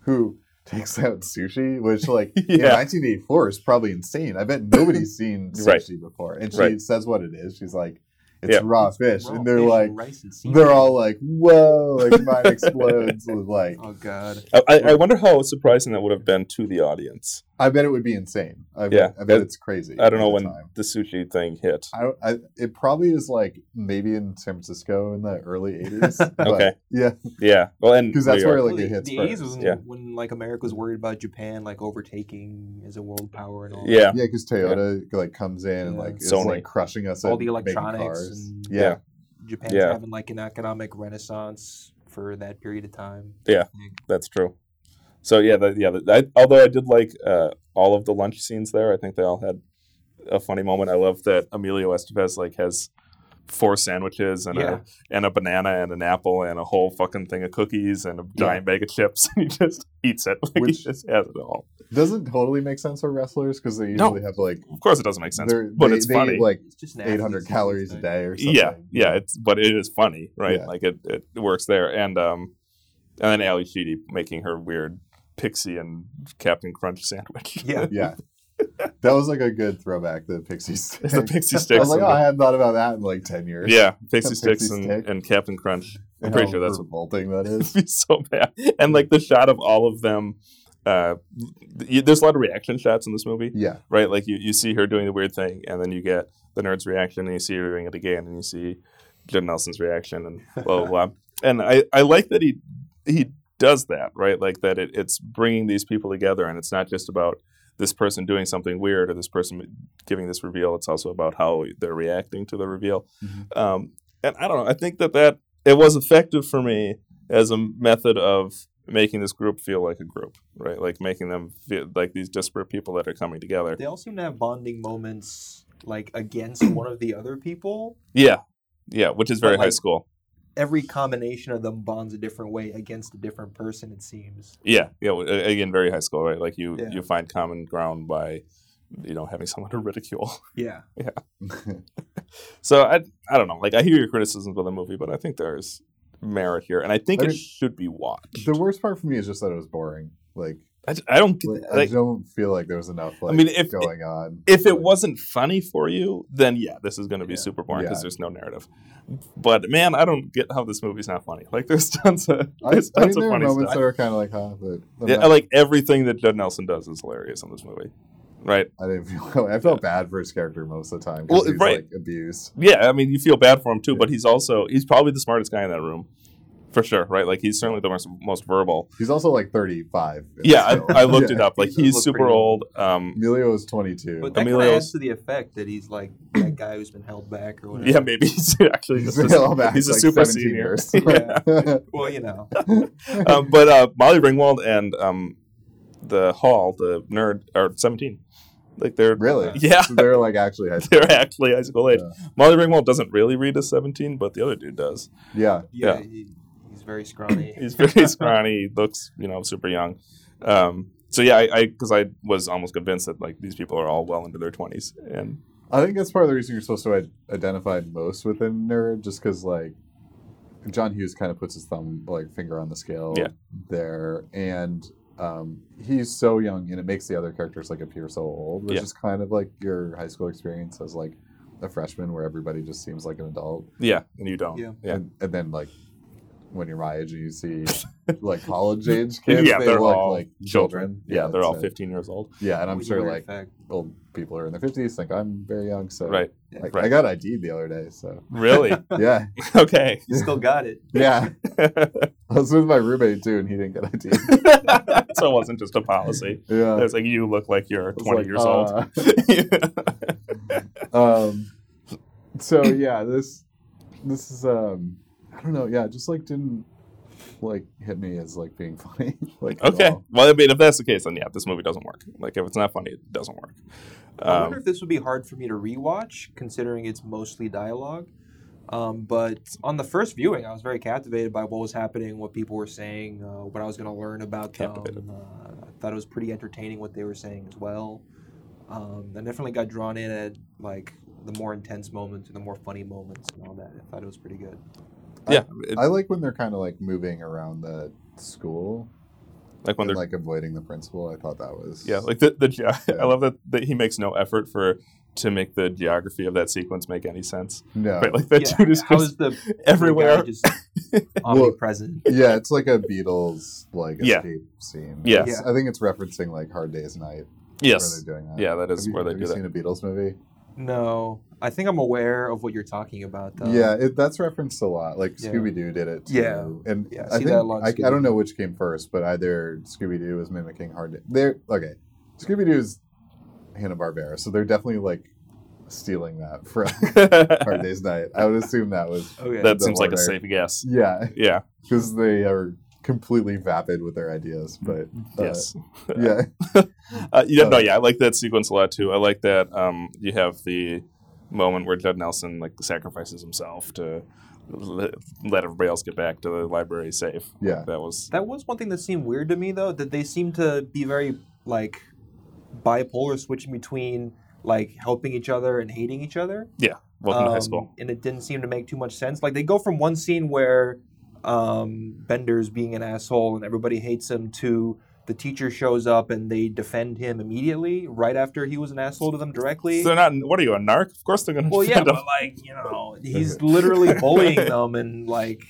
F: Who takes out sushi, which like
G: [laughs]
F: in
G: Yeah.
F: 1984 is probably insane. I bet nobody's seen sushi
G: [laughs] Right.
F: before, and she
G: Right.
F: says what it is. She's like, "It's
G: Yeah.
F: raw fish,"
H: Raw
F: and they're
H: fish,
F: like,
H: rice and seaweed.
F: they're all like, "Whoa!" Like
G: [laughs]
F: mine explodes with like.
H: Oh God.
G: I- I, I wonder how surprising that would have been to the audience.
F: I bet it would be insane. I bet,
G: Yeah.
F: I bet
G: It-
F: it's crazy.
G: I don't know
F: at the
G: when
F: time.
G: the sushi thing hit.
F: I, I, it probably is like maybe in San Francisco in the early
H: [laughs]
F: 80s. but
G: Okay.
F: Yeah.
G: Yeah. Well, and
F: 'Cause that's
G: New York.
F: where, like,
H: Well,
F: it hits
H: the
F: first.
H: 80s was when,
G: Yeah.
H: when like America was worried about Japan like overtaking as a world power and all.
G: Yeah.
F: Yeah. Because Toyota like comes in and
H: Yeah.
F: like is
G: Sony.
F: like crushing us.
H: that. all
F: at
H: the
F: making
H: electronics.
F: cars.
H: And
F: yeah.
G: Yeah.
H: Japan's
G: Yeah.
H: having like an economic renaissance for that period of time.
G: Yeah.
H: Like,
G: That's true. So yeah, the, yeah. The, I, although I did like uh, all of the lunch scenes there, I think they all had a funny moment. I love that Emilio Estevez like has four sandwiches and
H: Yeah.
G: a and a banana and an apple and a whole fucking thing of cookies and a giant bag of chips [laughs] and he just eats it. Like,
F: Which-
G: he just has it all.
F: Doesn't totally make sense for wrestlers because they
G: No.
F: usually have like
G: Of course, it doesn't make sense,
F: they're-
G: but
F: they,
G: it's
F: they
G: funny.
F: eat like
H: It's just an
F: 800
H: athlete,
F: calories a
H: like-
F: day or something.
G: yeah yeah it's but it is funny right
F: Yeah.
G: like it, it works there and um and then ali sheedy making her weird pixie and captain crunch sandwich
H: Yeah.
G: [laughs]
F: yeah. That was like a good throwback. The pixie sticks.
G: the
F: [laughs]
G: pixie
F: I
G: sticks
F: was like,
G: and
F: oh, I
G: the-
F: hadn't thought about that in like 10 years.
G: yeah pixie
F: pixie
G: sticks and,
F: stick.
G: and captain crunch i'm
F: And
G: pretty
F: how
G: sure that's what [laughs]
F: revolting that
G: it'd
F: is.
G: be so bad and like the shot of all of them uh y- there's a lot of reaction shots in this movie
F: Yeah. [laughs]
G: right? Like you, you see her doing the weird thing, and then you get the nerd's reaction, and you see her doing it again, and you see Jim Nelson's reaction, and blah blah. blah. And I, I like that he he does that, right? Like that it, it's bringing these people together, and it's not just about this person doing something weird or this person giving this reveal. It's also about how they're reacting to the reveal.
F: Mhm.
G: Um, and I don't know. I think that that it was effective for me as a method of making this group feel like a group, right? Like making them feel like these disparate people that are coming together.
H: They all seem to have bonding moments like against one of the other people.
G: Yeah, yeah, which is very
H: But, like-
G: high school.
H: Every combination of them bonds a different way against a different person. It seems.
G: Yeah, yeah, w- a- again, very high school, right? Like you
H: Yeah.
G: you find common ground by you know having [laughs] someone to ridicule.
H: Yeah.
G: So I I don't know. Like I hear your criticisms of the movie, but I think there's merit here, and I think
F: I
G: it
F: mean,
G: should be watched.
F: the worst part for me is just that it was boring. Like,
G: I, j- I don't get-
F: Like, I
G: like
F: don't feel like there was enough. Like,
G: mean, if-
F: going on,
G: if [laughs] it
F: Like,
G: wasn't funny for you, then yeah, this is going to be
H: Yeah.
G: super boring because
F: Yeah.
G: there's no narrative. But man, I don't get how this movie's not funny. Like there's [laughs] tons of
F: I,
G: there's
F: I mean,
G: tons
F: there
G: of
F: are
G: funny
F: moments
G: stuff.
F: that are kind of like, huh, but I'm
G: Yeah,
F: not-
G: I like everything that Judd Nelson does is hilarious in this movie, right?
F: I didn't feel. [laughs] I felt bad for his character most of the time. 'cause
G: Well,
F: he's,
G: right.
F: like, abused.
G: Yeah, I mean, you feel bad for him too, but he's also he's probably the smartest guy in that room, for sure, right? Like he's certainly the most most verbal.
F: He's also like 35. in
G: Yeah,
F: this film.
G: I,
F: [laughs]
G: I looked it
F: Yeah.
G: up. Like
H: He does
G: he's
H: look
G: super
H: pretty
G: old.
H: old.
G: Um,
F: Emilio is 22.
H: But that kind of
G: Emilio's-
H: adds to the effect that he's like that guy who's been held back or whatever.
G: yeah, maybe he's [laughs] actually
F: [laughs] he's
G: just
F: been all
G: a,
F: back
G: he's a
F: like
G: super
F: 17
G: senior.
F: years. [laughs]
H: Well, you know.
G: [laughs] um, but uh, Molly Ringwald and um, the Hall, the nerd, are seventeen. Like they're
F: really?
G: yeah,
F: So they're like actually. I,
G: they're actually high school age.
F: Yeah.
G: Molly Ringwald doesn't really read as seventeen, but the other dude does.
F: yeah,
H: Yeah.
G: Yeah.
H: He, he's very scrawny.
G: [laughs] He's
H: [laughs]
G: very scrawny. Looks, you know, super young. Um, so yeah, I because I, was almost convinced that like these people are all well into their twenties, and
F: I think that's part of the reason you're supposed to i- identify most with a nerd, just because like John Hughes kind of puts his thumb like finger on the scale
G: Yeah.
F: there, and um, he's so young, and it makes the other characters like appear so old, which
G: Yeah.
F: is kind of like your high school experience as like a freshman, where everybody just seems like an adult,
G: yeah, and you don't.
H: Yeah.
G: yeah.
F: and, and then like when you're my age and you
G: [laughs]
F: see like college age kids,
G: yeah,
F: they
G: they're
F: look
G: all
F: like
G: children. Yeah, they're
F: that's
G: all
F: it.
G: 15 years old.
F: Yeah, and I'm
H: Which is a
F: sure
H: weird
F: like
H: fact.
F: old people are in their 50s think I'm very young. So
G: Right.
F: like,
G: right.
F: I got ID'd the other day. So [laughs]
G: Really? [laughs]
F: yeah,
G: okay.
H: You still got it.
G: [laughs]
F: yeah. I was with my roommate too, and he didn't get ID'd.
G: so it wasn't just a policy.
F: Yeah.
G: It's like you look like you're
F: Uh, It's
G: 20
F: like,
G: years
F: uh, [laughs]
G: old.
F: um so yeah this this is um i don't know yeah it just like didn't like hit me as like being [laughs] funny like at
G: [laughs] okay.
F: all.
G: Well, I mean, if that's the case, then yeah, this movie doesn't work. Like, if it's not funny, it doesn't work.
H: I wonder
G: Um,
H: if this would be hard for me to rewatch, considering it's mostly dialogue. Um, but on the first viewing, I was very captivated by what was happening, what people were saying, uh, what I was going to learn about
G: Captivated.
H: them. Uh, I thought it was pretty entertaining what they were saying as well. Um, I definitely got drawn in at like the more intense moments and the more funny moments and all that. I thought it was pretty good.
G: yeah. it-
F: i like when they're kind of like moving around the school
G: like when
F: and
G: they're
F: like avoiding the principal i thought that was
G: Yeah, like the, the ge- [laughs]
F: Yeah.
G: I love that, that he makes no effort for to make the geography of that sequence make any sense.
F: no
G: Right, like that
H: Yeah,
G: dude is
H: how
G: just
H: is the- the guy
G: everywhere. [laughs]
H: just omnipresent.
F: yeah it's like a beatles like
G: Yeah.
F: escape scene
G: Yeah.
F: It's- i think it's referencing like hard days night
G: yes,
F: where they're doing that
G: yeah, that is
F: have you,
G: where they
F: have
G: do
F: you
G: that.
F: seen a beatles movie
H: No, I think I'm aware of what you're talking about. Though.
F: yeah, it, that's referenced a lot. Like
H: Yeah.
F: Scooby Doo did it. Too.
H: Yeah.
F: and
H: Yeah, I
F: I
H: see
F: think
H: that a lot in
F: I, I
H: Scooby-Doo.
F: don't know which came first, but either Scooby Doo was mimicking Hard Day. They're okay. Scooby Doo's Hanna Barbera, so they're definitely like stealing that [laughs] from
G: [laughs]
F: Hard Day's Night. I would assume that was
H: Okay.
G: that
F: the
G: seems like a
F: order.
G: safe
F: [laughs]
G: guess.
F: yeah,
G: Yeah.
F: because they are completely vapid with their ideas. But uh,
G: yes.
F: yeah,
G: Uh, yeah. no.
F: uh,
G: Yeah. I like that sequence a lot too. I like that um, you have the moment where Judd Nelson like sacrifices himself to le- let everybody else get back to the library safe.
F: Yeah.
G: That was.
H: That was one thing that seemed weird to me though, that they seemed to be very like bipolar, switching between like helping each other and hating each other.
G: Welcome to high
H: Um,
G: school.
H: And it didn't seem to make too much sense. Like they go from one scene where um, Bender's being an asshole and everybody hates him to the teacher shows up and they defend him immediately right after he was an asshole to them directly.
G: So they're not. What are you a narc? Of course they're [laughs] gonna.
H: Well, yeah,
G: defend
H: but
G: him.
H: like you know, he's literally bullying them, and like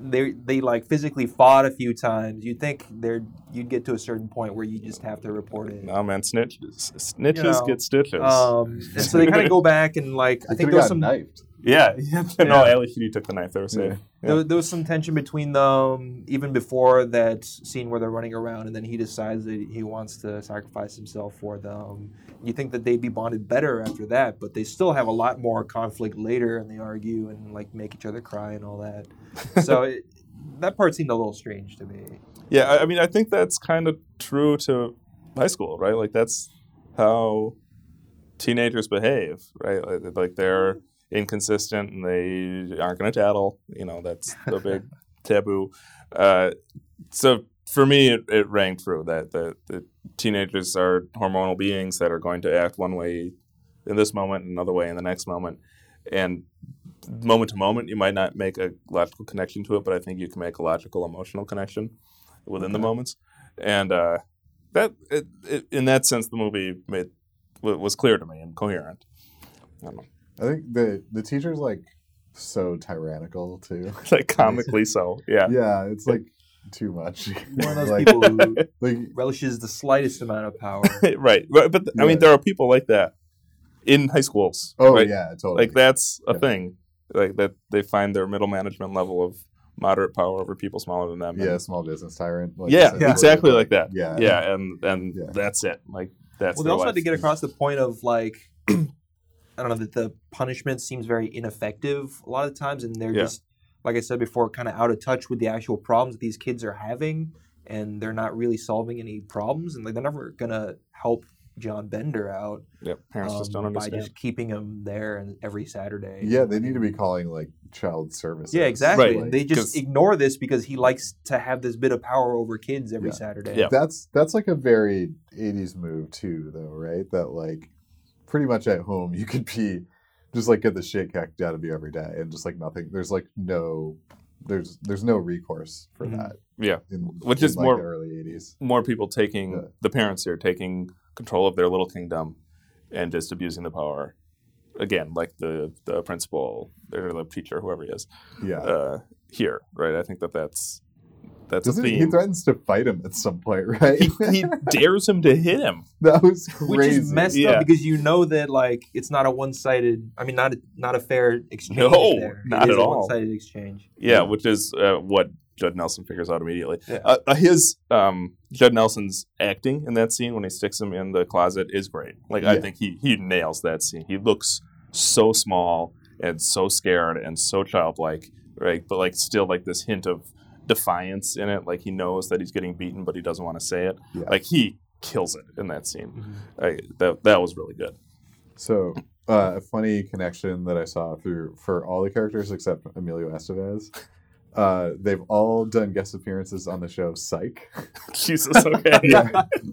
H: they they like physically fought a few times. You'd think there you'd get to a certain point where you just have to report it.
G: No man, snitches snitches
H: know,
G: get stitches.
H: Um, and so they kind of go back and like I
F: They could've
H: think there was
F: got
H: some
F: knifed.
G: Yeah, yeah. [laughs] No, Ali Sheedy took the knife. They were safe.
H: there, there was some tension between them even before that scene where they're running around, and then he decides that he wants to sacrifice himself for them. You think that they'd be bonded better after that, but they still have a lot more conflict later, and they argue and like make each other cry and all that. So it, that part seemed a little strange to me.
G: Yeah, I, I mean, I think that's kind of true to high school, right? Like that's how teenagers behave, right? Like, like they're inconsistent and they aren't going to tattle. You know, that's the big taboo. Uh, so for me, it, it rang true that the, the teenagers are hormonal beings that are going to act one way in this moment, another way in the next moment, and moment to moment, you might not make a logical connection to it, but I think you can make a logical emotional connection within the moments, and uh, that it, it, in that sense, the movie made wa- was clear to me and coherent. [laughs] I don't know.
F: I think the the teacher's like so tyrannical too.
G: like comically so, yeah.
F: Yeah, it's like too much.
H: One of
F: [laughs]
H: those
F: like,
H: people who
F: like
H: relishes the slightest amount of power.
G: [laughs] right, but, but I
F: Yeah.
G: mean, there are people like that in high schools.
F: oh
G: right?
F: yeah, totally.
G: like that's a
F: Yeah.
G: thing. Like that, they find their middle management level of moderate power over people smaller than them. and-
F: Yeah, small business tyrant. Like
G: yeah,
F: you said,
G: exactly
F: where-
G: like that.
F: Yeah.
G: yeah, and and
F: Yeah.
G: that's it. Like that's.
H: well, they
G: their
H: also had to
G: life.
H: get across the point of like, [clears throat] I don't know that the punishment seems very ineffective a lot of times, and they're
G: Yeah.
H: just like I said before, kind of out of touch with the actual problems that these kids are having, and they're not really solving any problems, and like they're never gonna help John Bender out
G: Yep, parents just
H: um,
G: don't
H: by
G: understand.
H: just keeping him there and every Saturday.
F: Yeah, they need to be calling like child services.
H: Yeah, exactly.
G: Right.
H: And
F: Like,
H: They just
G: 'Cause-
H: ignore this because he likes to have this bit of power over kids every
F: Yeah.
H: Saturday.
G: Yeah.
F: That's that's like a very '80s move too, though, right? That like pretty much at home you could be just like get the shit kicked out of you every day, and just like nothing. There's like no, there's there's no recourse for
H: Mhm.
F: that.
G: Yeah.
F: in,
G: Which
F: in,
G: is
F: like,
G: more-
F: the early '80s.
G: more people taking
F: Yeah.
G: the parents here taking control of their little kingdom and just abusing the power again, like the the principal or the teacher, whoever he is,
F: Yeah.
G: uh, here, right? I think that that's that's
F: Doesn't
G: a
F: he
G: theme.
F: threatens to fight him at some point, [laughs] right?
G: He, he dares him to hit him.
F: [laughs] that was crazy.
H: which is messed
G: Yeah.
H: up because you know that like it's not a one-sided. I mean, not a, not a fair exchange.
G: No,
H: there. It
G: not
H: is
G: at
H: a
G: all.
H: One-sided exchange.
G: Yeah, which is uh, what Judd Nelson figures out immediately.
H: Yeah.
G: Uh, uh, his um, Judd Nelson's acting in that scene when he sticks him in the closet is great. Like I
F: Yeah.
G: think he he nails that scene. He looks so small and so scared and so childlike, right? But like still like this hint of defiance in it. Like he knows that he's getting beaten, but he doesn't want to say it.
F: Yeah.
G: Like he kills it in that scene.
F: Mm-hmm.
G: I, that that was really good. [laughs]
F: So uh, a funny connection that I saw through for all the characters except Emilio Estevez. Uh, they've all done guest appearances on the show
H: [laughs]
F: Psych.
G: Jesus, okay. [laughs]
F: [laughs]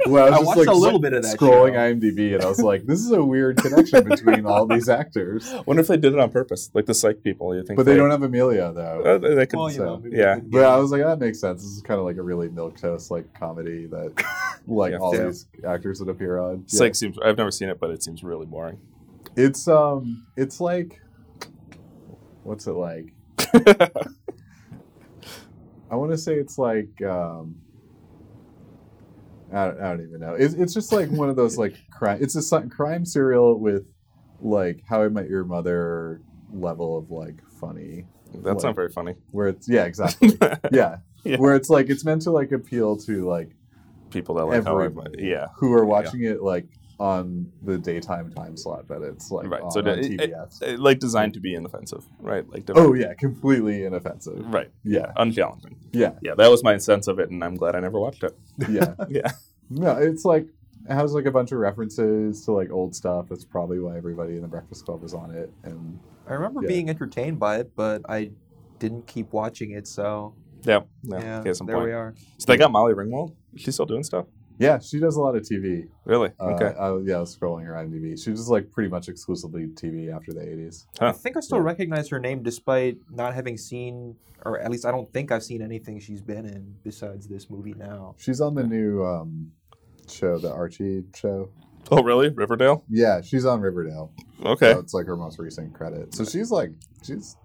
F: Well, I was
H: I
F: just
H: watched
F: like
H: a little bit of that
F: scrolling
H: show.
F: IMDb, and I was like, "This is a
H: [laughs]
F: weird connection between all these actors."
G: Wonder if they did it on purpose, like the psych people. You think,
F: But they don't have Amelia though.
G: Uh, they they could,
H: Well, you
F: so,
H: know, maybe
G: yeah.
H: we could
F: But
H: get-
F: I was like, that makes sense. This is kind of like a really milk toast like comedy that
H: [laughs]
F: like
G: Yeah.
F: all
G: Yeah.
F: these actors that appear on. Yeah.
G: Psych seems. I've never seen it, but it seems really boring.
F: It's um it's like what's it
G: [laughs]
F: like? I want to say it's like um I don't, I don't even know. It's, it's just like one of those
G: [laughs]
F: like crime. It's a si- crime serial with like How I Met Your Mother level of like funny,
G: That's
F: What?
G: not very [laughs] funny.
F: where it's yeah
G: [laughs]
F: exactly yeah.
G: Yeah.
F: where it's like it's meant to like appeal to like
G: People that like how I,
F: Everybody.
G: yeah,
F: who are watching it like on the daytime time slot that it's like
G: Right,
F: on,
G: so
F: on
G: it- it-
F: TBS.
G: Uh, like designed to be inoffensive, right? Like Mm. to-
F: Oh yeah, completely inoffensive.
G: right,
F: Yeah,
G: unchallenging.
F: yeah,
G: Yeah, that was my sense of it, and I'm glad I never watched it.
F: yeah.
G: [laughs] Yeah,
F: No, it's like it has like a bunch of references to like old stuff. That's probably why everybody in the Breakfast Club is on it. And
H: I remember
F: yeah.
H: being entertained by it, but I didn't keep watching it. So
G: yeah,
H: yeah,
G: yeah. okay, some
H: there
G: point.
H: we are.
G: So they got Molly Ringwald. She's still doing stuff.
F: yeah, she does a lot of TV.
G: Really?
F: Uh,
G: okay.
F: I, yeah, I was scrolling her IMDb. She does like pretty much exclusively TV after the eighties.
H: I think I still recognize her name despite not having seen, or at least I don't think I've seen anything she's been in besides this movie now.
F: She's on the new um, show, the Archie show.
G: Oh, really? Riverdale.
F: Yeah, she's on Riverdale.
G: Okay.
F: So it's like her most recent credit. So she's like, she's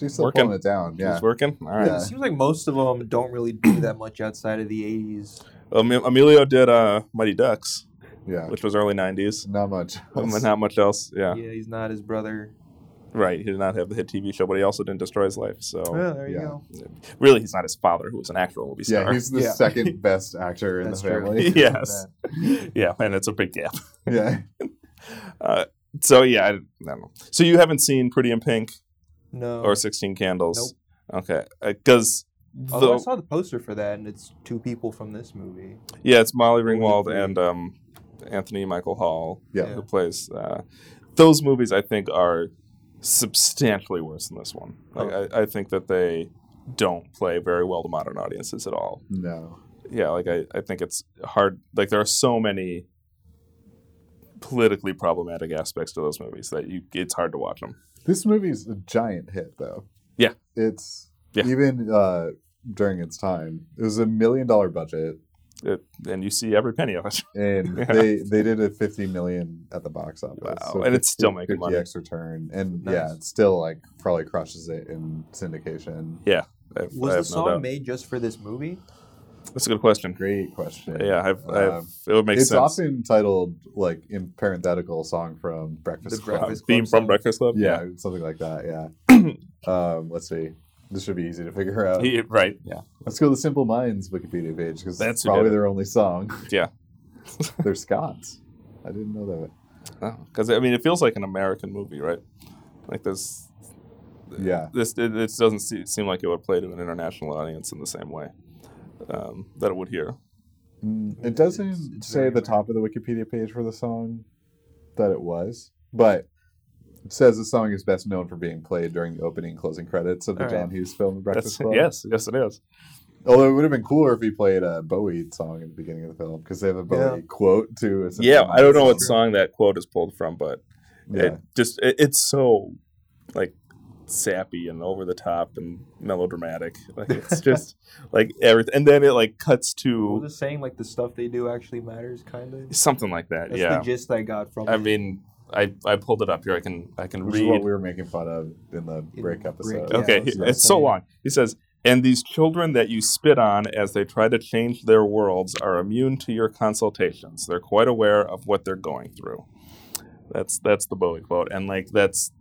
F: she's still
G: Working.
F: pulling it down. Yeah,
G: She's working. All right.
H: It seems like most of them don't really do that much outside of the 80s.
G: Um, Emilio did uh, Mighty Ducks,
F: yeah.
G: which was early '90s.
F: Not
G: [laughs]
F: much.
G: Um,
F: else.
G: and not much else. Yeah.
H: Yeah, he's not his brother.
G: Right. He did not have the hit TV show, but he also didn't destroy his life. So
H: Oh, there you
F: yeah.
H: go.
G: really, he's not his father, who was an actual movie star.
F: Yeah, he's the
H: Yeah. [laughs]
F: second best actor in the
H: That's true. [laughs]
F: family.
G: [laughs]
F: [laughs]
G: yes. Yeah, and it's a big gap.
F: yeah.
G: Uh, so yeah, I, I don't know. So you haven't seen Pretty in Pink
H: No.
G: or Sixteen Candles? Okay, because
H: Although I
G: the
H: saw the poster for that, and it's two people from this movie.
G: yeah, it's Molly Ringwald
H: Three.
G: and um, Anthony Michael Hall
F: Yeah.
G: who plays. Uh, those movies, I think, are substantially worse than this one. Like,
H: Oh.
G: I, I think that they don't play very well to modern audiences at all.
F: No.
G: yeah, like I, I think it's hard. Like there are so many politically problematic aspects to those movies that you it's hard to watch them.
F: This movie's a giant hit though.
G: Yeah.
F: It's
G: Yeah.
F: even uh during its time. It was a million dollar budget
G: It, and you see every penny of it. [laughs]
F: and
G: Yeah.
F: they they did a 50 million at the box office.
G: Wow, and it's still making money.
F: 50x return and yeah,
H: Nice.
F: it still like probably crushes it in syndication.
G: I have-
H: Was
G: I
H: the
G: have no
H: song
G: doubt.
H: made just for this movie?
G: That's a good question.
F: Great question.
G: Yeah, I've,
F: Um,
G: I've, it would make
F: it's
G: sense.
F: often titled like in parenthetical song from Breakfast
H: The
F: Club.
G: Uh,
H: Breakfast Club
G: theme from
H: song.
G: Breakfast Club.
F: yeah, something like that. Yeah. um, let's see. This should be easy to figure out.
G: He- right. Yeah.
F: Let's go to the Simple Minds Wikipedia page because that's
G: That's who did
F: probably
G: it.
F: their only song.
G: Yeah.
F: [laughs] They're Scots. I didn't know
G: Because Oh, I mean, it feels like an American movie, right? Like this.
F: that. Yeah.
G: This it, it doesn't se- seem like it would play to an international audience in the same way um, that it would here.
F: Mm,
H: Yeah,
F: It doesn't
H: it's- it's
F: say
H: very
F: the
H: rare.
F: top of the Wikipedia page for the song that it was, but it says the song is best known for being played during the opening and closing credits of the
H: All right.
F: John Hughes film The Breakfast
G: That's,
F: Club.
G: yes, yes, it is.
F: Although it would have been cooler if he played a Bowie song at the beginning of the film because they have a Bowie
H: Yeah.
F: quote to a Simple
G: Yeah, I don't know what
F: Minds
G: song that quote is pulled from, but
F: Yeah.
G: it just it, it's so like sappy and over the top and melodramatic like
F: [laughs]
G: it's just like everything and then it like cuts
H: Well,
G: to
H: just saying like the stuff they do actually matters, kind of.
G: something like that
H: That's
G: yeah
H: the gist I got from
G: i
H: it.
G: mean I, I pulled it up here. I can I can
F: Which
G: read.
F: is what we were making fun of in the break episode.
H: yeah,
G: okay,
H: that's
G: he-
H: what I'm
G: it's so
H: saying.
G: long. He says, "And these children that you spit on as they try to change their worlds are immune to your consultations. They're quite aware of what they're going through." That's that's the Bowie quote, and like that's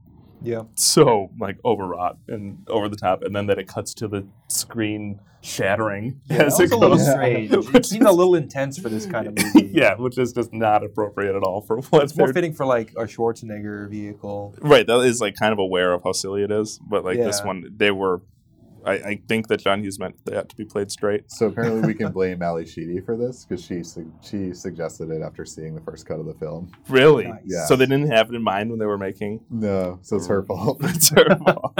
H: Yeah.
G: [laughs] so like overwrought and over the top, and then that it cuts to the screen shattering
H: Yeah,
G: as
H: that
G: it
H: was a little
G: goes. [laughs]
H: strange. It seemed a little intense for this kind of movie.
G: yeah, which is just not appropriate at all for [laughs] what
H: It's more
G: they're-
H: fitting for like a Schwarzenegger vehicle.
G: Right, that is like kind of aware of how silly it is, but like this
H: Yeah.
G: one, they were. I, I think that John Hughes meant that to be played straight.
F: So apparently we can blame Ali Sheedy for this because she su- she suggested it after seeing the first cut of the film.
G: Really?
H: Nice.
F: Yeah.
G: So they didn't have it in mind when they were making. [laughs]
F: No, so it's her fault. [laughs]
G: It's her fault.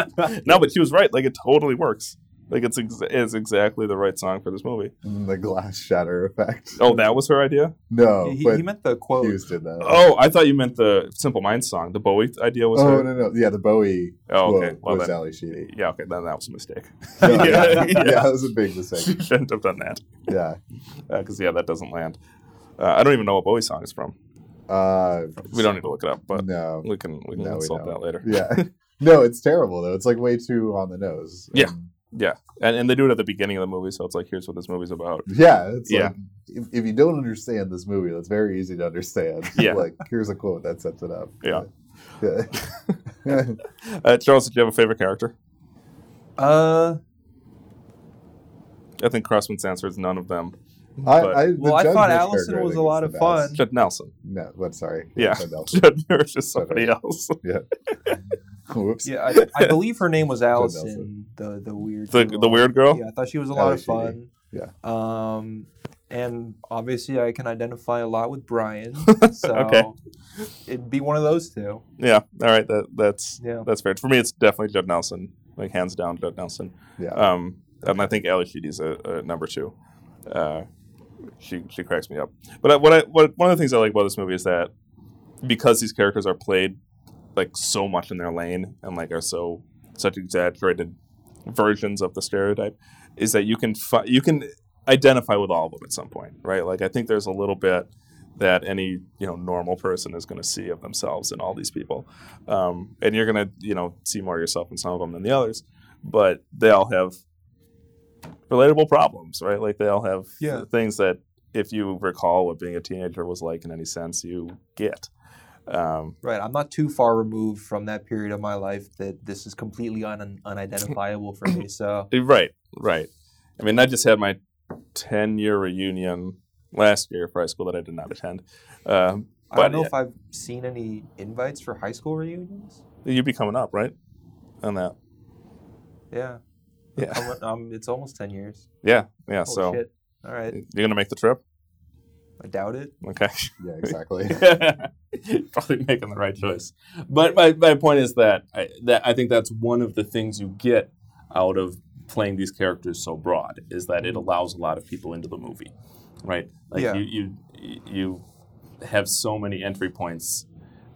G: no, but she was right. Like it totally works. Like it's ex- it's exactly the right song for this movie.
F: the glass shatter effect.
G: Oh, that was her idea.
F: No,
H: he,
F: but
H: he meant the quote.
F: Hughes did that.
G: Oh, I thought you meant the Simple Minds song. The Bowie idea was
F: Oh,
G: her.
F: no, no, yeah, the Bowie
G: Oh, okay.
F: quote
G: Well,
F: was
G: then,
F: Ali
G: [laughs]
F: Sheedy.
G: yeah, okay, then that was a mistake. [laughs]
F: No, yeah,
G: Yeah,
F: [laughs] yeah,
G: yeah.
F: that was a big
G: She
F: mistake.
G: shouldn't have done that
F: Yeah,
G: because yeah, that doesn't land. Uh, I don't even know what Bowie song is from.
F: uh,
G: We don't need to look it up, but
F: no,
G: we can we can
F: No, we
G: consult
F: don't.
G: that later. [laughs]
F: yeah, no, it's terrible though. It's like way too on the nose.
G: Yeah.
F: And-
G: And, and they do it at the beginning of the movie, so it's like, here's what this movie's about.
F: yeah, it's
G: Yeah.
F: Like, if, if you don't understand this movie, that's very easy to understand. [laughs]
G: Yeah.
F: like here's a quote that sets it up.
G: Yeah.
F: Yeah. [laughs]
G: Uh, Charles, did you have a favorite character?
H: Uh,
G: I think Crossman's answer is none of them.
F: I,
G: But-
F: I, the
H: Well, I
F: Judd
H: thought
F: Hirsch
H: Allison
F: character, I
H: was
F: think,
H: a
F: is
H: lot
F: the
H: of
F: best.
H: fun.
G: Judd Nelson.
F: No, but sorry.
G: Yeah. [laughs]
F: Judd Nelson.
G: Judd Hirsch is somebody else. [laughs]
F: Yeah. [laughs] Whoops.
H: yeah, I, I believe her name was Allison,
F: Nelson.
H: the the weird
G: The,
H: girl.
G: the weird girl?
H: Yeah, I thought she was a
F: Oh,
H: lot of
F: she-
H: fun.
F: yeah.
H: Um, and obviously, I can identify a lot with Brian.
G: [laughs]
H: So
G: Okay.
H: it'd be one of those two.
G: Yeah. All right. That that's
H: Yeah.
G: that's fair. For me, it's definitely Judd Nelson. Like, hands down, Judd Nelson.
F: Yeah.
G: Um, and I think Ali Sheedy's a, a number two. Uh, she she cracks me up. But I, what I what one of the things I like about this movie is that because these characters are played like so much in their lane and like are so such exaggerated versions of the stereotype, is that you can fi- you can identify with all of them at some point, right? Like I think there's a little bit that any you know normal person is going to see of themselves in all these people, um, and you're going to you know see more of yourself in some of them than the others, but they all have relatable problems, right? Like they all have
H: Yeah.
G: things that if you recall what being a teenager was like in any sense, you get. Um,
H: Right. I'm not too far removed from that period of my life that this is completely un- unidentifiable for me.
G: [laughs]
H: So
G: Eh, right, right. I mean, I just had my ten-year reunion last year for high school that I did not attend. Um,
H: I
G: But-
H: don't know if I've seen any invites for high school reunions.
G: you'd be coming up, right? On that.
H: Yeah.
G: Yeah.
H: I'm, I'm, it's almost 10 years.
G: Yeah, yeah.
H: Oh,
G: so
H: shit. All right.
G: you're gonna make the trip,
H: I doubt it.
G: okay?
F: yeah,
G: [laughs]
F: exactly. [laughs]
G: Probably making the right choice. But my, my point is that I, that I think that's one of the things you get out of playing these characters so broad is that it allows a lot of people into the movie, right? Like
H: Yeah.
G: you you you have so many entry points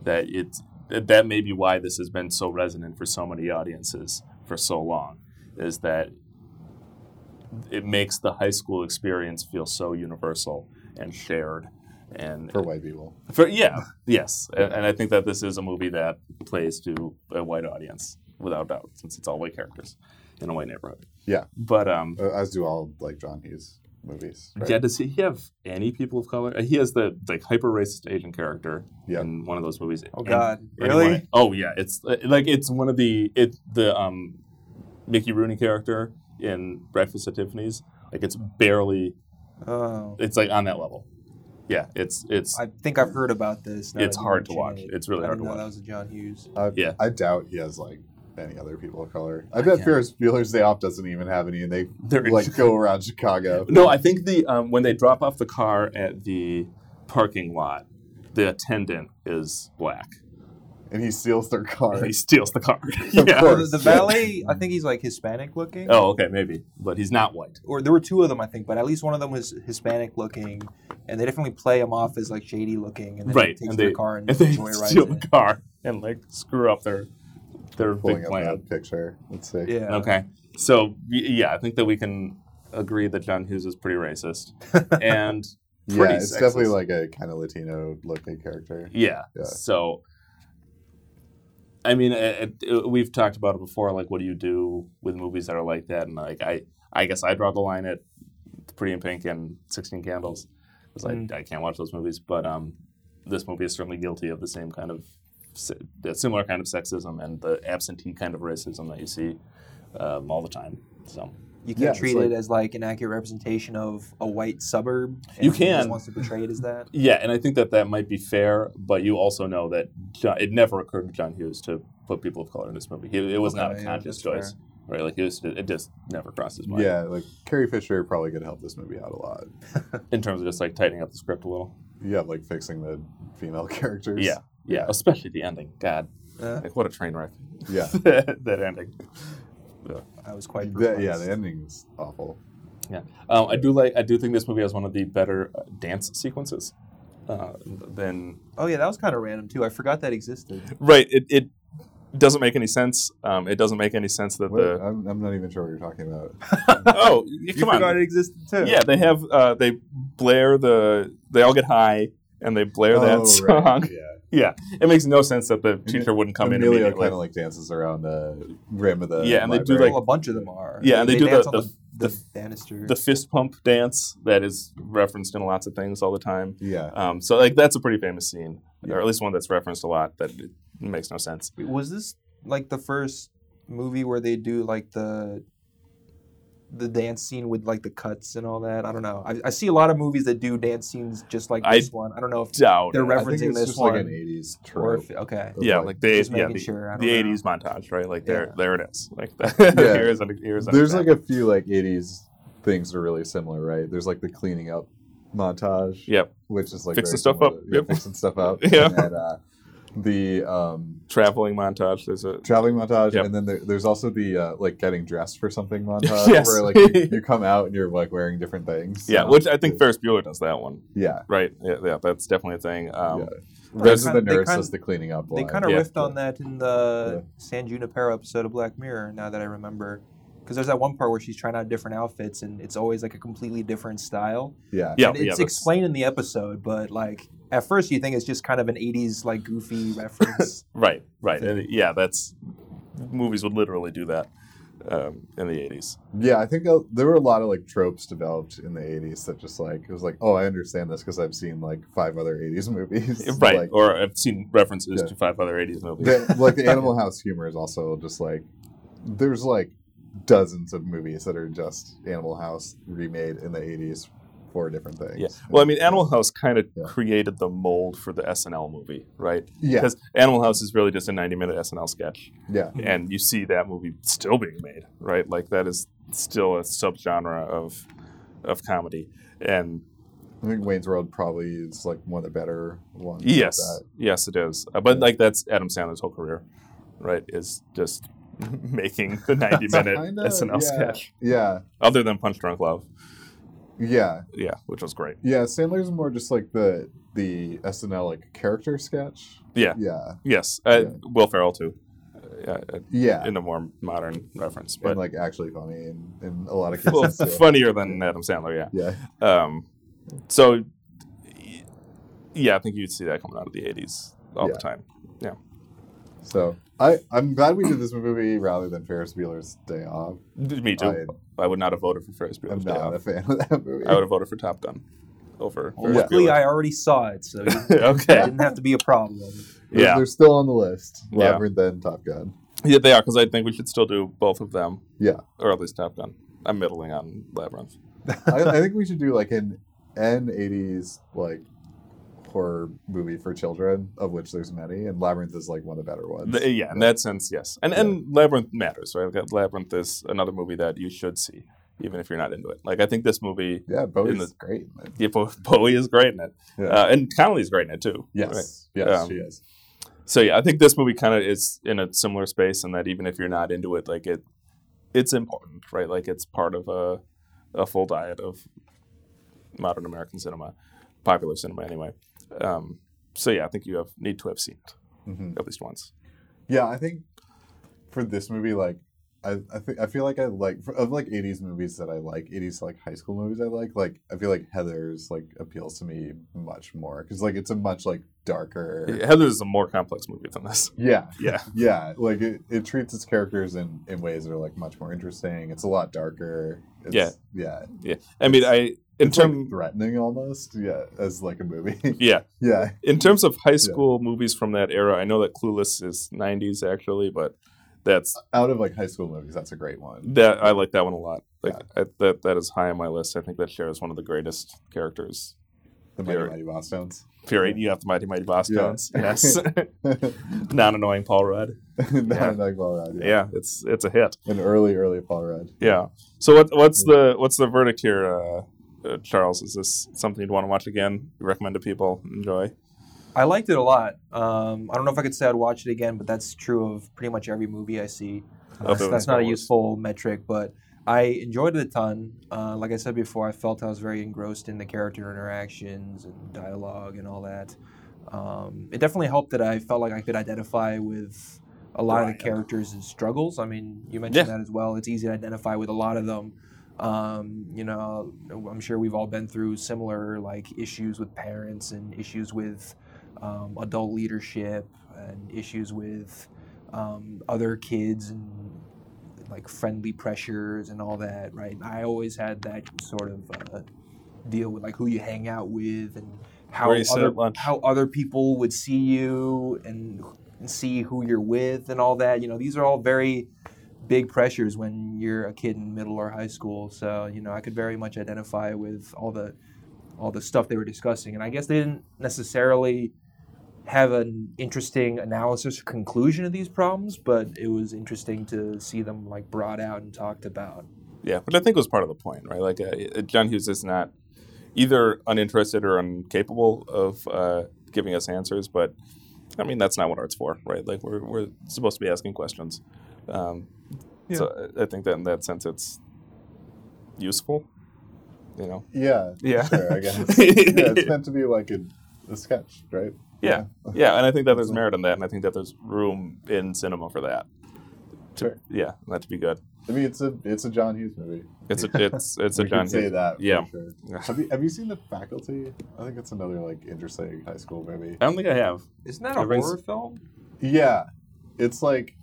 G: that it's that may be why this has been so resonant for so many audiences for so long is that it makes the high school experience feel so universal and shared and
F: For white people.
G: for, yeah, yes, and, and I think that this is a movie that plays to a white audience without doubt, since it's all white characters in a white neighborhood.
F: Yeah.
G: but um,
F: Uh, As do all like John Hughes movies. Right?
G: yeah, does he have any people of color? Uh, He has the like hyper racist Asian character
F: Yeah.
G: in one of those movies.
H: Oh,
G: And-
H: God.
G: and
H: Really?
G: one- oh yeah, it's uh, like it's one of the it the um, Mickey Rooney character in Breakfast at Tiffany's. Like it's barely,
H: Oh.
G: it's like on that level. Yeah, it's it's
H: I think I've heard about this. now
G: It's
H: that you
G: hard to
H: mention
G: watch.
H: it.
G: It's really
H: I
G: hard
H: didn't
G: to
H: know
G: watch.
H: That was a John Hughes.
F: I,
G: Yeah.
F: I doubt he has like any other people of color. I
G: yeah.
F: bet Ferris Bueller's Day Off doesn't even have any, and they
G: they're
F: like go around Chicago.
G: [laughs] No, I think the um, when they drop off the car at the parking lot, the attendant is black.
F: and he steals their car.
G: He steals the car. [laughs] yeah.
H: Oh,
F: course.
H: the, the valet, I think he's like Hispanic looking.
G: Oh, okay, maybe, but he's not white.
H: Or there were two of them, I think, but at least one of them was Hispanic looking, and they definitely play him off as like shady looking, and then he
G: right,
H: takes their car
G: [laughs]
H: and,
G: and they
H: joyrides
G: steal the
H: it.
G: car and like screw up their their
F: Pulling
G: big
F: up
G: plan.
F: that picture. Let's see.
H: Yeah.
G: Okay, so y- yeah, I think that we can agree that John Hughes is pretty
F: [laughs]
G: racist and
F: Yeah,
G: pretty
F: it's
G: sexist.
F: definitely like a kind of Latino looking character.
G: Yeah.
F: Yeah.
G: So
I: I mean, uh, uh, we've talked about it before. Like, what do you do with movies that are like that? And like, I, I guess I draw the line at Pretty in Pink and Sixteen Candles because
H: Mm.
I: I, I can't watch those movies. But um, this movie is certainly guilty of the same kind of, se- the similar kind of sexism and the absentee kind of racism that you see um, all the time. So
H: You can
F: Yeah, it's
H: treat
F: like-
H: it as like an accurate representation of a white suburb. and
I: You
H: he just
I: can.
H: wants to portray it as
G: [laughs]
H: that.
I: yeah, and I think that that might be fair. But you also know that John, it never occurred to John Hughes to put people of color in this movie. He, it was not
H: Okay,
I: a
H: yeah,
I: conscious
H: that's
I: choice.
H: fair.
I: Right, like he was, it just never crossed his mind.
F: Yeah, like Carrie Fisher probably could help this movie out a lot.
I: in terms of just like tightening up the script a little.
F: Yeah, like fixing the female [laughs] characters.
I: Yeah, yeah, especially the ending. God,
G: Eh,
H: Uh,
I: like what a train wreck
G: [laughs]
I: [laughs]
F: yeah, [laughs]
I: that ending.
H: I was quite.
F: That- yeah.
H: perplexed.
F: The ending's awful.
I: Yeah, um, I do like. I do think this movie has one of the better uh, dance sequences. Uh, than
H: Oh yeah, that was kind of random too. I forgot that existed.
G: Right. It, it doesn't make any sense. Um, it doesn't make any sense that
F: What-
G: the [laughs]
F: I'm, I'm not even sure what you're talking about.
G: oh yeah, come on.
H: it existed too.
G: Yeah, they have uh, they blare the they all get high and they
F: [laughs]
G: blare
F: Oh,
G: that song. [laughs]
F: right, Yeah.
G: Yeah, it makes no sense that the teacher wouldn't come in
F: Emilio
G: immediately.
F: kind of like dances around the rim of the
G: Yeah, and they do,
F: library.
H: well, a bunch of them are.
G: Yeah, and they do the-
H: dance on
G: the-
H: the,
G: the-
H: banister.
G: the fist pump dance that is referenced in lots of things all the time.
F: yeah.
G: Um, so like that's a pretty famous scene,
F: Yeah.
G: or at least one that's referenced a lot. That it makes no sense.
H: Wait, was this like the first movie where they do like the the dance scene with like the cuts and all that? I don't know. I, I see a lot of movies that do dance scenes just like
G: I
H: this one. I don't know if
G: Doubt.
H: they're
G: it.
F: I think
H: referencing
F: it's
H: this
F: just
H: one
F: like an '80s
H: or
F: trope.
H: if, okay.
F: of,
G: Yeah, like they
H: Just
G: yeah
H: making
G: the,
H: sure, I don't
G: the
H: know.
G: '80s montage, right? Like there
H: Yeah.
G: there it is. Like [laughs]
F: Yeah.
G: here's an, here's an
F: there's like
G: example.
F: a few like '80s things that are really similar, right? There's like the cleaning up montage,
G: yep
F: which is like
G: Fixing
F: very
G: stuff
F: similar
G: up,
F: to- yeah,
G: yep.
F: fixing stuff up,
G: [laughs] Yeah.
F: And then, uh, the um,
G: traveling montage. There's a
F: traveling montage,
G: Yep.
F: and then there, there's also the uh, like getting dressed for
G: [laughs]
F: something montage,
G: Yes.
F: where like you, you come out and you're like wearing different things.
G: yeah,
F: Um,
G: which I think Ferris Bueller does that one.
F: yeah,
G: Right. Yeah, yeah that's definitely a thing. Um,
F: Yeah.
H: They
F: Rose and the
H: kinda- they
F: nurse
H: kinda-
F: is the cleaning up.
H: They
F: line.
H: kind of
G: Yeah.
H: riffed on that in the San Junipero episode of Black Mirror. Now that I remember, because there's that one part where she's trying out different outfits and it's always like a completely different style.
F: yeah,
G: Yeah,
H: And
G: yeah,
H: it's
G: that's-
H: explained in the episode, but like at first you think it's just kind of an '80s like
G: [laughs]
H: goofy reference.
G: Right, right. And, yeah, that's movies would literally do that um, in the eighties.
F: Yeah, I think uh, there were a lot of like tropes developed in the '80s that just like it was like, oh, I understand this because I've seen like five other '80s [laughs] movies.
G: Right.
F: Like,
G: or I've seen references
F: Yeah.
G: to five other eighties movies. [laughs]
F: the, like the Animal House humor is also just like there's like dozens of movies that are just Animal House remade in the '80s for different things.
G: yeah. Well, I mean, Animal House kind of
F: Yeah.
G: created the mold for the SNL movie, right?
F: Yeah,
G: Because Animal House is really just a ninety-minute SNL sketch,
F: yeah,
G: and you see that movie still being made, right? Like that is still a subgenre of of comedy, and
F: I think Wayne's World probably is like one of the better ones. of
G: Yes,
F: that.
G: yes, it is. Uh, But like that's Adam Sandler's whole career, right? Is just [laughs] making the
F: [laughs]
G: ninety-minute
F: Kinda,
G: SNL
F: yeah.
G: sketch,
F: Yeah,
G: other than Punch Drunk Love,
F: yeah,
G: yeah, which was great.
F: yeah. Sandler's more just like the the SNL like character sketch.
G: Yeah.
F: yeah,
G: Yes, uh,
F: Yeah.
G: Will Ferrell too, uh, uh,
F: yeah.
G: in a more modern reference,
F: and
G: but [laughs]
F: like actually funny in, in a lot of
G: well,
F: cases. too.
G: funnier than Adam Sandler.
F: yeah,
G: Yeah. Um, so, y- yeah, I think you'd see that coming out of the '80s all
F: Yeah.
G: the time.
F: so I I'm glad we did this movie rather than Ferris Bueller's Day Off.
G: D- Me too.
F: I
G: I, would not have voted for Ferris
F: am
G: Bueller's Day
F: not a
G: Off.
F: fan of that movie.
G: I would have voted for Top Gun
F: [laughs]
G: over.
H: Well,
G: Ferris
H: luckily,
G: Bueller.
H: I already saw it,
G: [laughs]
H: so it
G: okay.
H: didn't have to be a problem.
F: They're-
G: Yeah.
F: they're still on the list.
G: Yeah.
F: Labyrinth and Top Gun.
G: Yeah, they are because I think we should still do both of them.
F: Yeah.
G: or at least Top Gun. I'm middling on Labyrinth.
F: I, I think we should do like an an '80s like horror movie for children, of which there's many, and Labyrinth is like one of the better ones.
G: Th- yeah, in that sense, yes. And and Labyrinth matters, right? Like, Labyrinth is another movie that you should see, even if you're not into it. Like I think this movie,
F: yeah, Bowie's
G: In the-
F: great. in it.
G: yeah, [laughs] Bo- Bowie is great in it,
F: Yeah.
G: uh, and Connolly's great in it too.
F: yes,
G: right?
F: yes,
G: Um,
F: she is.
G: So yeah, I think this movie kind of is in a similar space, in that even if you're not into it, like it, it's important, right? Like it's part of a a full diet of modern American cinema, popular cinema anyway. Um, so yeah, I think you have need to have seen it
F: Mhm.
G: at least once.
F: Yeah, I think for this movie, like I I, think, I feel like I like of like '80s movies that I like, '80s like high school movies I like. Like I feel like Heather's like appeals to me much more because like it's a much like darker.
G: Yeah, Heather's is a more complex movie than this.
F: Yeah,
G: Yeah.
F: yeah. Like it, it treats its characters in, in ways that are like much more interesting. It's a lot darker. It's, yeah.
G: I mean, I in
F: It's like
G: terms
F: threatening almost. Yeah, as like a movie.
G: yeah
F: yeah,
G: in terms of high school movies from that era. I know that Clueless is '90s actually, but that's
F: out of like high school movies, that's a great one.
G: that I like that one a lot. Like I, that that is high on my list. I think that shares one of the greatest characters.
F: The Mighty
G: Yeah.
F: Mighty [laughs] Bosstones.
G: Period. You have the mighty mighty Bosstones.
F: Yeah.
G: Yes,
F: Not
G: non annoying Paul Rudd. Yeah.
F: like Paul Rudd.
G: Yeah. it's it's a hit.
F: an early, early Paul Rudd.
G: Yeah. So what what's the what's the verdict here, uh, uh, Charles? Is this something you'd want to watch again? You recommend to people? Enjoy.
H: I liked it a lot. Um, I don't know if I could say I'd watch it again, but that's true of pretty much every movie I see.
G: Other
H: That's,
G: than
H: that's not
G: Star
H: a
G: Wars.
H: useful metric, but I enjoyed it a ton. Uh, like I said before, I felt I was very engrossed in the character interactions and dialogue and all that. Um, it definitely helped that I felt like I could identify with a lot of the characters and struggles. I mean, you mentioned that as well. It's easy to identify with a lot of them. Um, you know, I'm sure we've all been through similar like issues with parents and issues with um, adult leadership and issues with um, other kids and like friendly pressures and all that, right? I always had that sort of uh, deal with like who you hang out with and how
G: Where you sit
H: other
G: at lunch.
H: how other people would see you and, and see who you're with and all that. You know, these are all very big pressures when you're a kid in middle or high school. So you know, I could very much identify with all the all the stuff they were discussing, and I guess they didn't necessarily have an interesting analysis or conclusion of these problems, but it was interesting to see them like brought out and talked about.
G: Yeah, but I think it was part of the point, right? Like uh, uh, John Hughes is not either uninterested or incapable of uh, giving us answers, but I mean that's not what art's for, right? Like we're we're supposed to be asking questions. Um, So I I think that in that sense it's useful, you know.
F: Yeah.
G: Yeah.
F: Sure, I
G: [laughs]
F: guess. yeah, it's meant to be like a, a sketch, right?
G: Yeah, yeah, and I think that there's merit in that, and I think that there's room in cinema for that. To-
F: Sure.
G: Yeah, and that to be good.
F: I mean, it's a it's a John Hughes movie.
G: It's
F: [laughs]
G: a it's it's a
F: we
G: John
F: can say
G: Hughes.
F: that. for
G: Yeah.
F: sure. Have you have you seen The Faculty? I think it's another like interesting high school movie.
G: I don't think I have.
H: Isn't that a
G: Everybody's-
H: horror film?
F: Yeah, it's like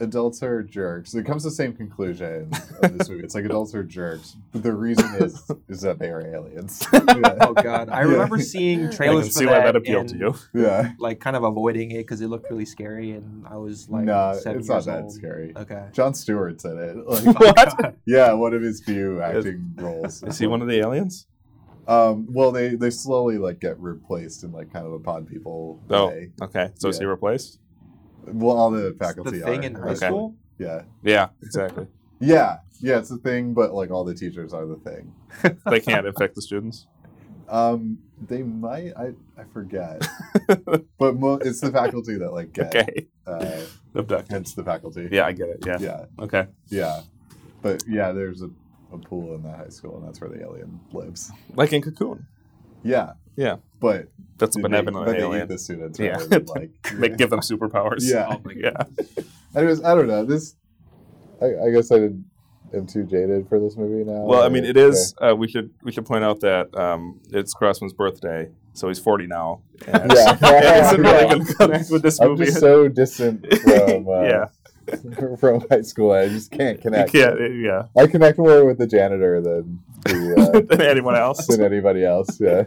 F: adults are jerks. It comes to the same conclusion of this movie. It's like adults are jerks. But the reason is
G: [laughs]
F: is that they are aliens. yeah.
H: Oh God, [laughs] I remember seeing
G: I can
H: trailers. for
G: see why that appealed to
H: and,
G: you.
F: yeah.
H: Like kind of avoiding it because it looked really scary, and I was like,
F: no,
H: seven
F: it's not
H: years
F: that
H: old.
F: scary.
H: Okay.
F: John Stewart's in it. [laughs] Like,
G: what?
F: yeah, one of his few acting roles.
G: Is he one of the aliens?
F: Um, well, they they slowly like get replaced in like kind of a pod people
G: Oh,
F: way.
G: okay. So is he
F: Yeah.
G: replaced?
F: Well, all the
H: It's
F: faculty
H: the thing
F: are
H: in high
F: are-
G: Okay.
H: school.
F: Yeah,
G: Yeah, exactly.
F: yeah, yeah. It's a thing, but like all the teachers are the thing.
G: they can't affect
F: [laughs]
G: the students.
F: Um, they might. I I
G: [laughs]
F: forget. but mo- it's the faculty that like get.
G: Okay.
F: Uh,
G: Abducted.
F: hence the faculty.
G: Yeah, I get it. Yeah.
F: yeah,
G: Okay.
F: yeah. But yeah, there's a, a pool in that high school, and that's where the alien lives.
G: Like in Cocoon.
F: Yeah,
G: Yeah.
F: but
G: That's a
F: but they,
G: benevolent
F: but they eat
G: alien.
F: the students.
G: Yeah.
F: rather than, like
G: [laughs] They give them superpowers.
F: Yeah.
G: Oh my God. Yeah.
F: Anyways, I don't know. This, I, I guess I did, am too jaded for this movie now.
G: Well, I mean, it is. Uh, we should we should point out that um, it's Crossman's birthday, so he's
F: [laughs]
G: forty now. And [laughs]
F: Yeah.
G: it isn't really
F: [laughs] Yeah.
G: going to connect with this
F: I'm
G: movie.
F: just so
G: [laughs]
F: distant from uh,
G: yeah.
F: [laughs] from high school. I just can't
G: [laughs] You
F: connect.
G: can't. Yeah. [laughs]
F: I connect more with the janitor than the,
G: Than anyone
F: uh, [laughs]
G: else.
F: than anybody else.
G: [laughs]
F: Yeah,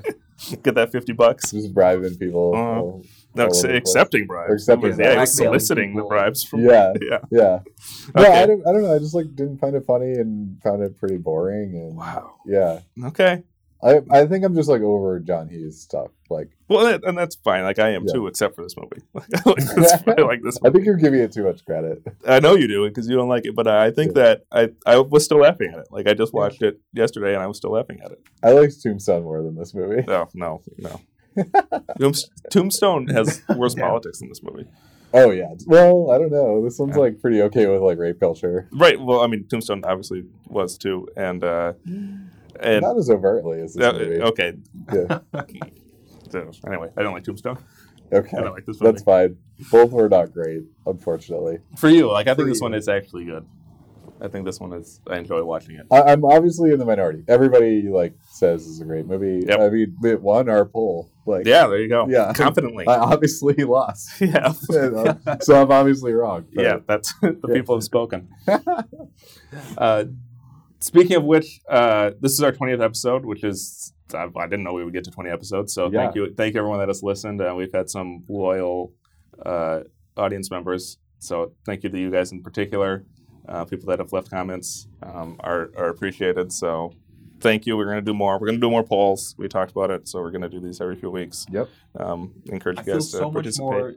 G: Get that fifty bucks.
F: just bribing people.
G: Uh,
F: all
G: No,
F: over the place.
G: accepting bribes.
F: Or accepting
G: yeah, he
H: bribes.
G: was soliciting the
H: Blackmailing
G: bribes from.
F: Yeah.
G: Yeah.
F: Yeah. No,
G: Okay.
F: I don't. I don't know. I just like didn't find it funny and found it pretty boring. And
G: Wow.
F: yeah,
G: Okay.
F: I I think I'm just like over John Hughes stuff. Like
G: Well, that, and that's fine. Like I am
F: Yeah.
G: too, except for this movie. [laughs] Like, I like this. I like this.
F: [laughs] I think you're giving it too much credit. [laughs]
G: I know you do it because you don't like it, but I, I think that I I was still laughing at it. Like I just watched it yesterday, and I was still laughing at it.
F: I like Tombstone more than this
G: [laughs]
F: movie.
G: No, no,
F: [laughs]
G: no. Tombs- Tombstone has worse politics in this movie,
F: Oh yeah. Well, I don't know. This one's like pretty okay with like rape culture,
G: right? Well, I mean, Tombstone obviously was too, and uh, and
F: not as overtly as this
G: uh,
F: movie.
G: [laughs] okay.
F: Yeah.
G: So, anyway, I don't like Tombstone.
F: Okay,
G: I like this
F: that's fine. Both were not great, unfortunately.
G: For you, like I think this one is actually good. I think this one is. I enjoy watching it.
F: I, I'm obviously in the minority. Everybody like says it's a great movie.
G: Yep.
F: I mean, it won our poll. Like,
G: Yeah, there you go.
F: Yeah.
G: confidently.
F: I obviously [laughs] lost,
G: [laughs] yeah,
F: so I'm obviously wrong. but-
G: yeah. That's [laughs] the people have spoken. [laughs] uh, speaking of which, uh, this is our twentieth episode, which is. I, I didn't know we would get to 20 episodes, so
F: Yeah.
G: thank you, thank everyone that has listened. Uh, we've had some loyal uh, audience members, so thank you to you guys in particular. Uh, people that have left comments um, are, are appreciated. So thank you. We're going to do more. We're going to do more polls. We talked about it, so we're going to do these every few weeks.
F: Yep.
G: Um, encourage
H: I
G: you
H: feel
F: uh,
G: guys to
H: so much
G: participate.
H: more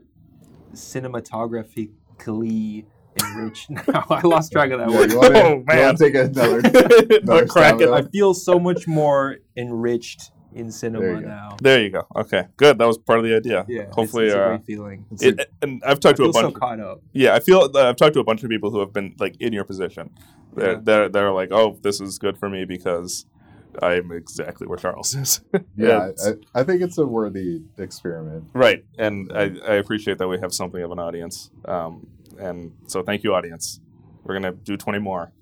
H: cinematographically enriched [laughs] now. I lost track of that
F: Yeah,
H: word.
F: you want
G: [laughs] Oh,
F: to
G: man.
F: take
G: [laughs]
F: another?
G: Another crack
F: stab at
G: at-
H: I
F: that?
H: feel so much more enriched in
F: There
H: cinema
F: you go.
H: now.
G: There you go. Okay, good. That was part of the idea.
H: Yeah, it's-
G: Hopefully,
H: it's, a
G: uh,
H: great feeling.
G: it, and I've
H: I
G: talked to a
H: feel so
G: bunch.
H: caught up.
G: yeah, I feel that I've talked to a bunch of people who have been like in your position. They're,
H: Yeah.
G: they're, they're like, oh, this is good for me because I'm exactly where Charles [laughs] is.
F: Yeah,
G: It's-
F: I, I think it's a worthy experiment.
G: right. And I, I appreciate that we have something of an audience. Um, and so thank you, audience. We're going to do 20 more.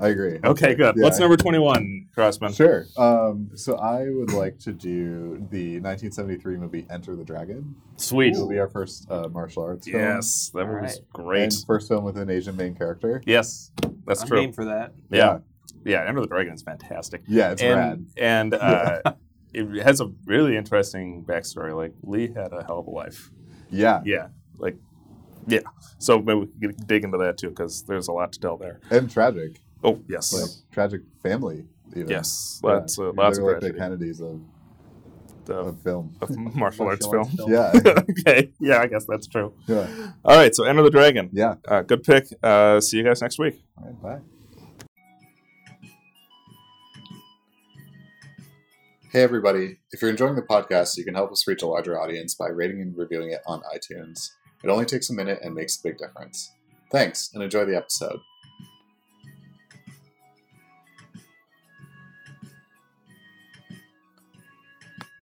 F: I agree.
G: Okay, good.
F: Yeah.
G: What's number 21, Crossman?
F: Sure. Um, so I would like to do the 1973 movie Enter the Dragon.
G: Sweet.
F: It will be our first uh, martial arts film.
G: Yes, that was great.
F: And first film with an Asian main character.
G: yes, that's
H: I'm
G: true.
H: game for that.
G: yeah. yeah, Enter the Dragon is fantastic.
F: Yeah, it's
G: and
F: rad. [laughs]
G: and uh, it has a really interesting backstory. Like Lee had a hell of a life.
F: Yeah.
G: Yeah, like yeah. So maybe we can get- dig into that too because there's a lot to tell there.
F: And tragic.
G: Oh yes,
F: Like, tragic family, even.
G: yes,
F: Yeah.
G: lots of lots
F: They're
G: of
F: like
G: tragedy.
F: the Kennedys of,
G: of,
F: of film. [laughs]
G: of martial arts
H: Martial
G: film.
H: arts
F: Yeah.
G: [laughs] okay, yeah, I guess that's true.
F: yeah.
G: All right, so Enter the Dragon.
F: Yeah.
G: Uh, good pick. Uh, see you guys next week.
F: All right, bye. Hey, everybody. If you're enjoying the podcast, you can help us reach a larger audience by rating and reviewing it on iTunes. It only takes a minute and makes a big difference. Thanks, and enjoy the episode.